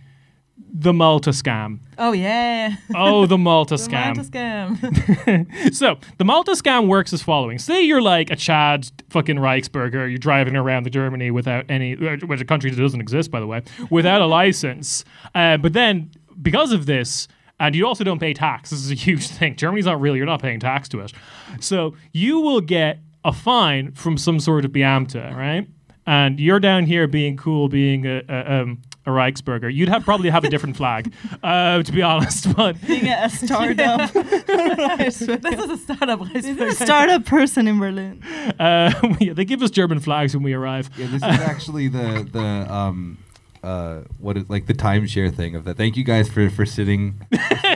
D: the Malta scam.
C: Oh yeah,
D: Oh, the Malta
C: The
D: scam.
C: Malta scam.
D: So the Malta scam works as following: Say you're like a Chad fucking Reichsberger, you're driving around the Germany without any, uh, which a country that doesn't exist by the way, without a license. Uh, but then because of this. And you [laughs] also don't pay tax. This is a huge thing. Germany's not real. You're not paying tax to it. So you will get a fine from some sort of Biamta, right? And you're down here being cool, being a, a, um, a Reichsburger. You'd have probably have a different flag, [laughs] uh, to be honest. [laughs] But
F: Being a
C: [laughs]
F: startup,
C: [laughs] this is a startup.
F: a startup person in Berlin.
D: uh, [laughs] yeah, they give us German flags when we arrive.
E: Yeah, this is actually the the um uh what is like the timeshare thing of that. Thank you guys for for sitting. [laughs] For so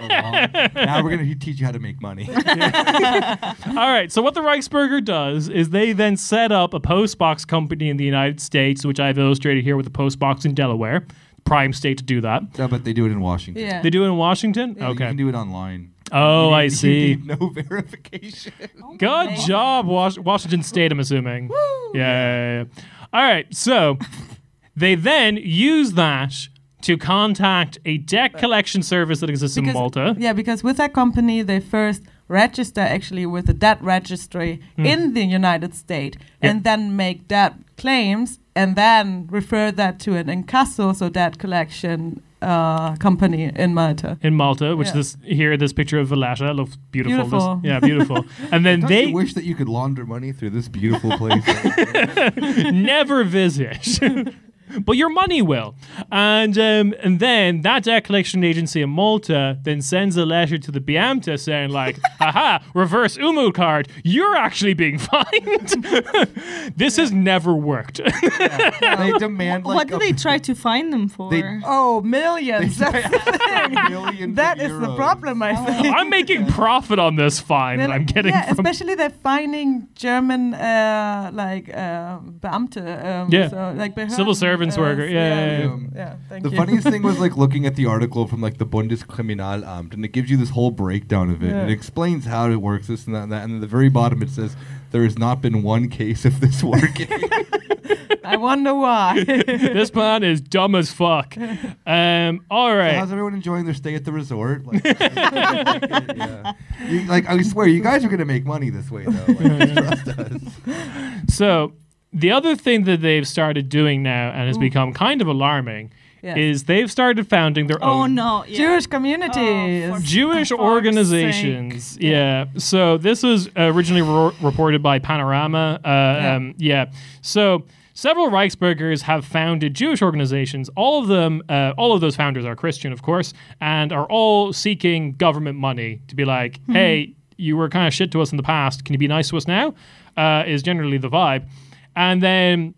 D: [laughs]
E: long. now we're gonna teach you how to make
C: [laughs]
E: money.
D: All right. So what the Reichsburger does is they then set up a postbox company in the United States, which I've illustrated here with a postbox in Delaware, prime state to do that.
E: no, but they do it in Washington.
C: Yeah.
D: They do it in Washington.
E: You
D: Okay.
E: can do it
D: [laughs]
E: online.
D: Oh,
E: You
D: I
E: need- you [laughs]
D: see.
E: need no verification.
C: Oh
D: Good job, Was- Washington State. I'm assuming. Yeah, yeah, yeah, yeah. All right. So they then use that to contact a debt collection service that exists in
C: Because-
D: Malta.
C: Yeah, because with that company, they first register actually with the debt registry
D: Hmm.
C: in the United States and then make debt claims and then refer that to an incasso, so debt collection uh, company in Malta.
D: In Malta, which
C: Yeah.
D: this here, this picture of Valletta looks beautiful. This-
C: Beautiful.
D: yeah, beautiful. And then
E: [laughs] Don't
D: they
E: you wish that you could launder money through this
C: [laughs]
E: beautiful place?
D: never visit. [laughs] but your money will. And um, and then that debt collection agency in Malta then sends a letter to the Biamta saying, like, [laughs] aha, reverse Umu card, you're actually being [laughs] fined. this has never worked. [laughs]
E: they demand like
F: what do
E: a
F: they try to find them for?
E: They-
C: Oh,
D: [laughs]
C: millions. [laughs] That's the thing.
E: [laughs] million
C: That is the
E: euros.
C: problem, I think.
D: I'm making profit on this fine that
C: Well,
D: I'm getting
C: yeah, [laughs]
D: from
C: especially they're finding German uh, like um, Beamte, um,
D: Yeah.
C: so, like Behörden,
D: Civil servants worker, yeah, yeah,
E: yeah.
C: yeah, thank
E: The
C: you.
E: funniest thing was like looking at the article from like the Bundeskriminalamt, and it gives you this whole breakdown of it, and it
C: Yeah.
E: explains how it works, this and that, and that. And at the very bottom, it says there has not been one case of this working.
C: [laughs] I wonder
D: [laughs]
C: why.
D: this plan is dumb as fuck. Um, all right.
E: How's everyone enjoying their stay at the resort? Like, yeah. you, like I swear, you guys are gonna make money this way, though. Like, trust us.
D: So the other thing that they've started doing now and has become kind of alarming
C: Yes.
D: is they've started founding their
F: oh
D: own
F: no, yeah.
C: um, Jewish communities.
F: Oh, for-
D: Jewish
F: For fuck's
D: organizations. Yeah. So this was originally ro- reported by Panorama. Uh, yeah.
C: Yeah.
D: Um, yeah. So several Reichsburgers have founded Jewish organizations. All of them, uh, all of those founders are Christian, of course, and are all seeking government money to be like,
C: Mm-hmm.
D: hey, you were kind of shit to us in the past. Can you be nice to us now? Uh, is generally the vibe. And then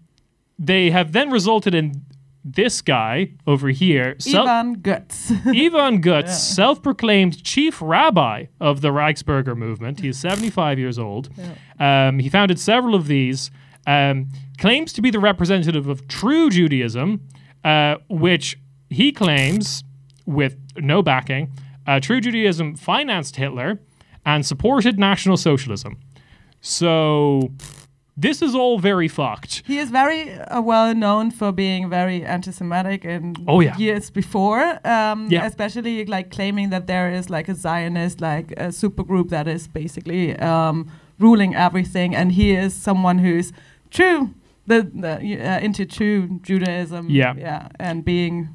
D: they have then resulted in this guy over here. sell-
C: Ivan Götz.
D: [laughs] Ivan Gutz, self proclaimed chief rabbi of the Reichsburger movement. He is 75 years old. Um, he founded several of these, um, claims to be the representative of true Judaism, uh, which he claims, with no backing, uh, true Judaism financed Hitler and supported National Socialism. So this is all very fucked.
C: he is very uh, well known for being very anti-Semitic in
D: Oh, yeah.
C: years before, um,
D: Yeah.
C: especially like claiming that there is like a Zionist like a supergroup that is basically um, ruling everything, and he is someone who's true the, the uh, into true Judaism,
D: Yeah.
C: yeah, and being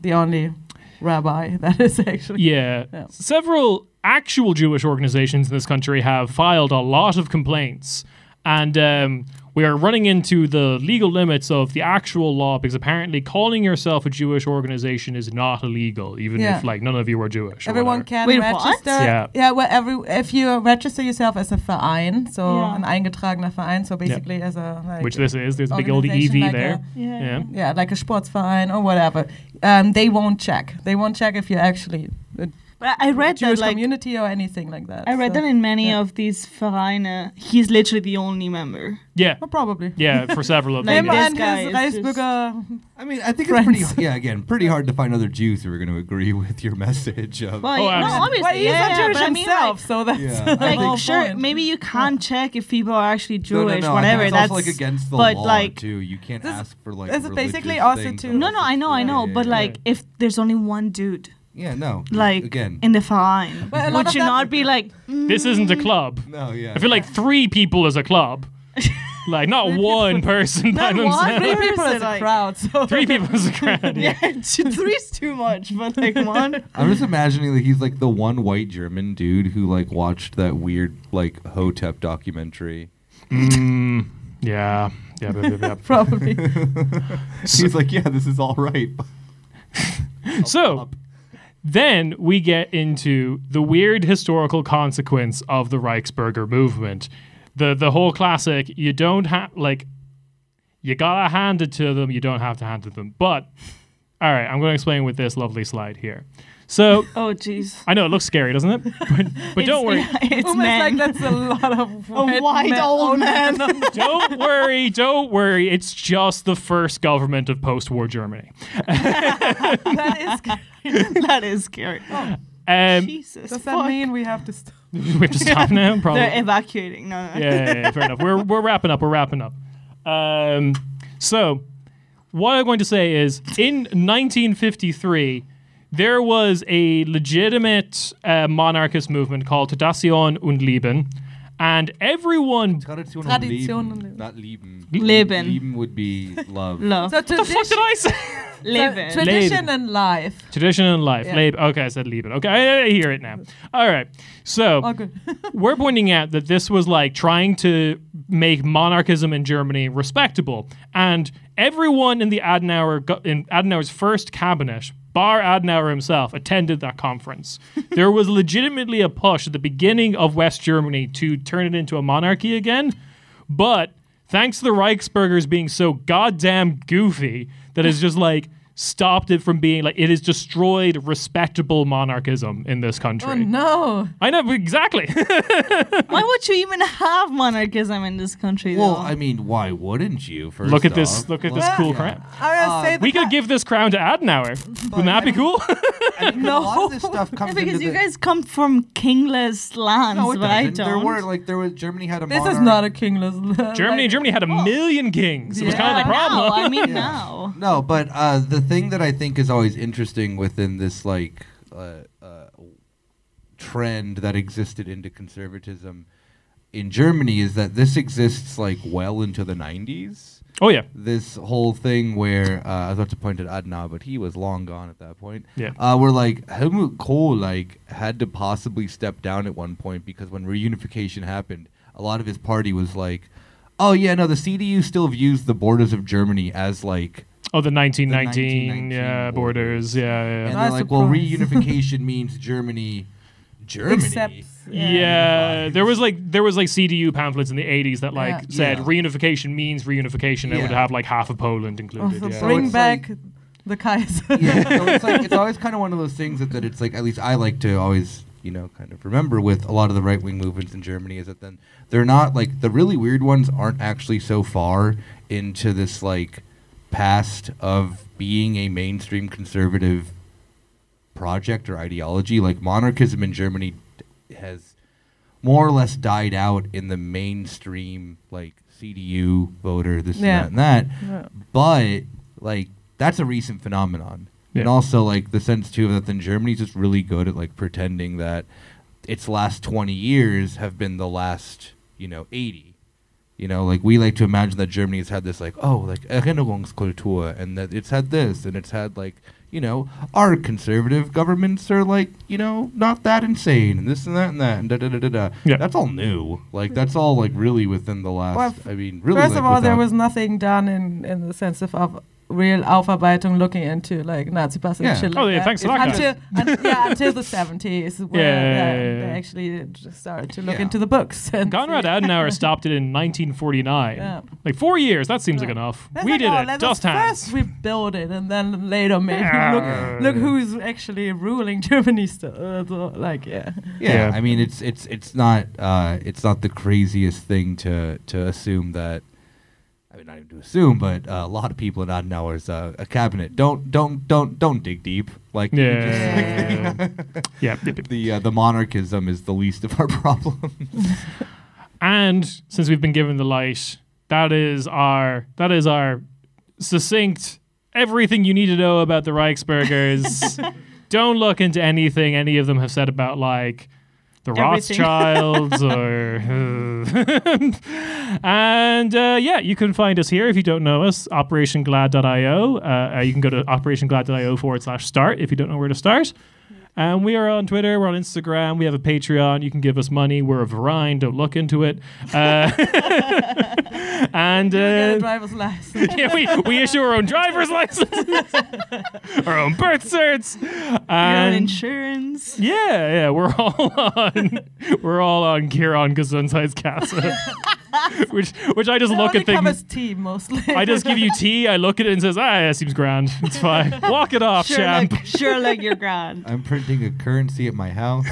C: the only rabbi [laughs] that is actually
D: Yeah.
C: Yeah.
D: Several actual Jewish organizations in this country have filed a lot of complaints. And um, we are running into the legal limits of the actual law because apparently calling yourself a Jewish organization is not illegal, even
C: Yeah.
D: if like none of you are Jewish. or
C: Everyone
D: whatever.
C: can
F: Wait, what?
C: register.
D: Yeah.
C: yeah. Well, every if you register yourself as a Verein, so
F: Yeah.
C: an eingetragener Verein, so basically as a like,
D: Which this is. There's a big old EV
C: organization like
D: there.
C: a-
F: Yeah.
C: yeah, like a Sportsverein or whatever. Um, they won't check. They won't check if you're actually a
F: But I read
C: Jewish
F: that like
C: community or anything like that.
F: I read
C: so-
F: that in many
C: yeah.
F: of these Vereine, he's literally the only member.
D: Yeah.
C: Well, probably.
D: Yeah. For several
C: [laughs]
D: of them.
C: Him
F: Like
D: yeah.
F: this
C: and
F: guy
C: his
F: is just-
C: Reisburger.
E: I mean, I think it's
C: Friends.
E: pretty. Yeah, again, pretty hard to find other Jews who are going to agree with your message of.
F: Well,
D: Oh,
F: yeah, no,
D: absolutely.
F: obviously,
C: Well, he's
F: yeah,
C: not
F: yeah,
C: Jewish
F: but I mean, like-
C: himself, so that's [laughs]
E: Yeah, I
F: [laughs] like
E: think-
F: sure
C: point.
F: maybe you can't check if people are actually
E: No,
F: Jewish,
E: no, no, I think
F: whatever.
E: It's
F: that's
E: also like against the
F: but
E: law
F: like
E: too. You can't
C: This-
E: ask for like.
C: this is basically
E: religious
C: also
E: things
C: to-
E: unless
F: no, no, I know, I
E: it's-
F: know,
E: yeah,
F: but
E: yeah,
F: like if there's only one dude,
E: yeah, no,
F: like
E: again,
F: in the fine,
C: Well, a lot
F: would
C: of
F: you
C: them-
F: not
C: [laughs]
F: be like [laughs]
D: This isn't a club.
E: no, yeah.
D: I feel like three people is a
C: [laughs]
D: club. like not one person by
F: Not one
D: themselves.
C: Three people
F: Where
C: is
F: is it,
C: a
F: like-
C: crowd, so
D: Three people is a crowd. [laughs]
F: yeah, three's too much, but like one.
E: I'm just imagining that he's like the one white German dude who like watched that weird like Hotep documentary.
D: Mm, yeah. Yeah, yeah, yeah.
C: [laughs] Probably.
E: [laughs] He's like, yeah, this is all right.
D: So then we get into the weird historical consequence of the Reichsburger movement. The the whole classic, you don't have like you gotta hand it to them, you don't have to hand it to them. But all right, I'm gonna explain with this lovely slide here. So [laughs]
C: [laughs]
F: Oh, jeez.
D: I know it looks scary, doesn't it? But, but don't worry.
F: It's
C: Almost like
F: men.
C: that's a lot of white
G: white
C: men-
F: Oh,
G: old
C: old
G: man.
C: [laughs] men.
D: don't worry, don't worry. It's just the first government of post-war Germany.
C: that [laughs] is. scary.
F: that is scary. Oh,
D: Um,
F: Jesus.
C: Oh, Does
F: fuck.
C: that mean we have to? St-
D: we have to stop now, probably.
F: They're evacuating. No, no, no.
D: yeah, yeah, yeah, fair enough. We're we're wrapping up. We're wrapping up. Um, so what I'm going to say is, in 1953, there was a legitimate uh, monarchist movement called Tradition und Leben, and everyone.
E: Tradition
C: Tradition
E: leben,
C: und-
E: Not lieben.
F: Leben.
E: Leben would be love.
C: [laughs]
F: Love.
C: so
D: What the fuck did I say?
F: Leben.
C: So tradition and life.
D: Tradition and life.
C: Yeah.
D: Leben. Okay, I said Leben. Okay, I, I hear it now. All right. So
C: Oh, good.
D: we're pointing out that this was like trying to make monarchism in Germany respectable, and everyone in the Adenauer go- in Adenauer's first cabinet, bar Adenauer himself, attended that conference. there was legitimately a push at the beginning of West Germany to turn it into a monarchy again, but thanks to the Reichsburgers being so goddamn goofy that it's just like stopped it from being like it has destroyed respectable monarchism in this country.
C: oh no.
D: I know exactly.
F: Why would you even have monarchism in this country?
E: Well,
F: though?
E: I mean, why wouldn't you? First
D: look at this
E: off?
D: look at this
C: Well,
D: cool
C: yeah.
D: crown
C: I was say the
D: we could
C: pa-
D: give this crown to adenauer wouldn't that be
C: [laughs]
D: cool
E: I mean, A lot
D: [laughs]
E: of this stuff comes
F: Yeah, because
E: into
F: you
E: the-
F: guys come from kingless lands,
E: No, it
F: but I
E: doesn't.
F: don't.
E: There were like there was Germany had a.
C: This
E: monarch.
C: is not a kingless.
D: germany
C: like-
D: germany had a million kings it was kind of the
F: now,
D: problem
E: [laughs]
F: I mean now.
E: No, but uh, the thing that I think is always interesting within this like uh, uh, trend that existed into conservatism in Germany is that this exists like well into the '90s.
D: oh yeah
E: This whole thing where uh, I was about to point at Adnan, but he was long gone at that point.
D: Yeah.
E: uh, where like Helmut Kohl like had to possibly step down at one point because when reunification happened, a lot of his party was like, "Oh yeah, no, the CDU still views the borders of Germany as like."
D: oh the 1919,
E: 1919
D: yeah borders yeah yeah,
E: And
D: yeah.
C: Not
E: they're
C: a
E: like, well,
C: surprise. [laughs]
E: reunification means Germany, Germany.
C: Except.
D: Yeah, there was like there was like CDU pamphlets in the 80s that like
C: Yeah.
D: said
E: Yeah.
D: reunification means reunification and it would
E: Yeah.
D: have like half of Poland
C: [laughs]
D: included.
C: Also
D: yeah.
E: So
C: bring
E: it's
C: back
E: like-
C: the Kaiser. [laughs]
E: yeah, [laughs] so it's like it's always kind of one of those things that, that it's like at least I like to always you know kind of remember with a lot of the right wing movements in Germany is that then they're not like the really weird ones aren't actually so far into this like past of being a mainstream conservative project or ideology. Like monarchism in Germany d- has more or less died out in the mainstream like CDU voter, this
C: Yeah.
E: and that and that. But like that's a recent phenomenon. And
D: Yeah.
E: also like the sense too that then Germany's just really good at like pretending that its last twenty years have been the last, you know, eighty. You know, like we like to imagine that Germany has had this like, oh, like Erinnerungskultur and that it's had this and it's had like, you know, our conservative governments are like, you know, not that insane and this and that and that and da da da da da.
D: Yeah.
E: That's all new. Like that's all like really within the last
C: Hmm. Well,
E: I mean really
C: First
E: like,
C: of all, there
E: without-
C: was nothing done in, in the sense of, of real Aufarbeitung looking into like Nazi past
E: Yeah.
C: and shit like
D: Oh, yeah,
C: that.
D: thanks a lot,
C: Until, un- yeah, until the
D: [laughs]
C: 70s, where
D: Yeah, yeah,
C: they-
D: yeah, yeah.
C: they actually just started to look
E: Yeah.
C: into the books. And
D: Konrad
C: [laughs]
D: Adenauer stopped it in 1949.
C: Yeah.
D: Like four years, that seems like
C: Yeah.
D: enough.
C: That's
D: we
C: like,
D: did
C: oh,
D: it,
C: let's
D: dust hands.
C: First, we build it, and then later maybe
D: Yeah.
C: look look who's actually ruling Germany still. Uh, so, like, yeah,
E: Yeah,
D: Yeah.
E: I mean it's it's it's not uh, it's not the craziest thing to to assume that. I mean, not even to assume, but uh, a lot of people in Adenauer's uh, a cabinet don't don't don't don't dig deep. Like
C: [laughs]
E: you just-
D: Yeah. yeah. yeah.
E: the uh, the monarchism is the least of our [laughs] problems.
D: And since we've been given the light, that is our that is our succinct everything you need to know about the Reichsburgers. Don't look into anything any of them have said about like the
F: Everything.
D: Rothschilds or and uh, yeah, you can find us here if you don't know us. OperationGlad.io. Uh, uh, you can go to OperationGlad.io forward slash start if you don't know where to start. And we are on Twitter, we're on Instagram, we have a Patreon. You can give us money. We're a Verine, don't look into it. Uh, [laughs] and
C: Get a
D: uh, [laughs]
C: driver's license.
D: yeah, we, we issue our own driver's licenses, [laughs] our own birth certs,
F: Your own
D: and
F: insurance.
D: yeah, yeah, we're all on we're all on gear on Gesundheit's Casa, [laughs] which which I just
C: It
D: look
C: only
D: at things.
C: covers tea mostly.
D: [laughs] I
F: [laughs]
D: just give you tea. I look at it and says, "Ah, that seems grand. It's fine. Walk it off, champ."
F: Sherlock, Sherlock,
E: [laughs]
F: you're grand.
E: I'm printing a currency at
D: [laughs]
E: my house.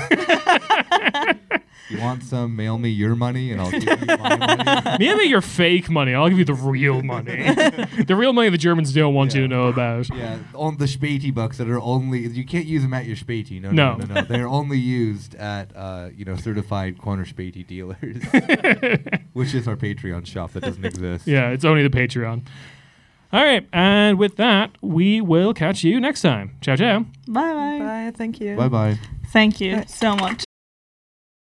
E: you want some? Mail me your money, and I'll give you my money.
D: Maybe your fake money. I'll give you the real money. the real money the Germans don't want you to know about.
E: Yeah, on the Spatey bucks that are only you can't use them at your Spatey. No,
D: No.
E: no, no, no. no. They're only used at uh, you know certified corner
D: [laughs]
E: Spatey dealers, which is our Patreon shop that doesn't exist.
D: Yeah, it's only the Patreon. All right, and with that, we will catch you next time. Ciao, ciao.
F: Bye bye.
C: Bye, thank you.
E: Bye bye.
F: Thank you so much.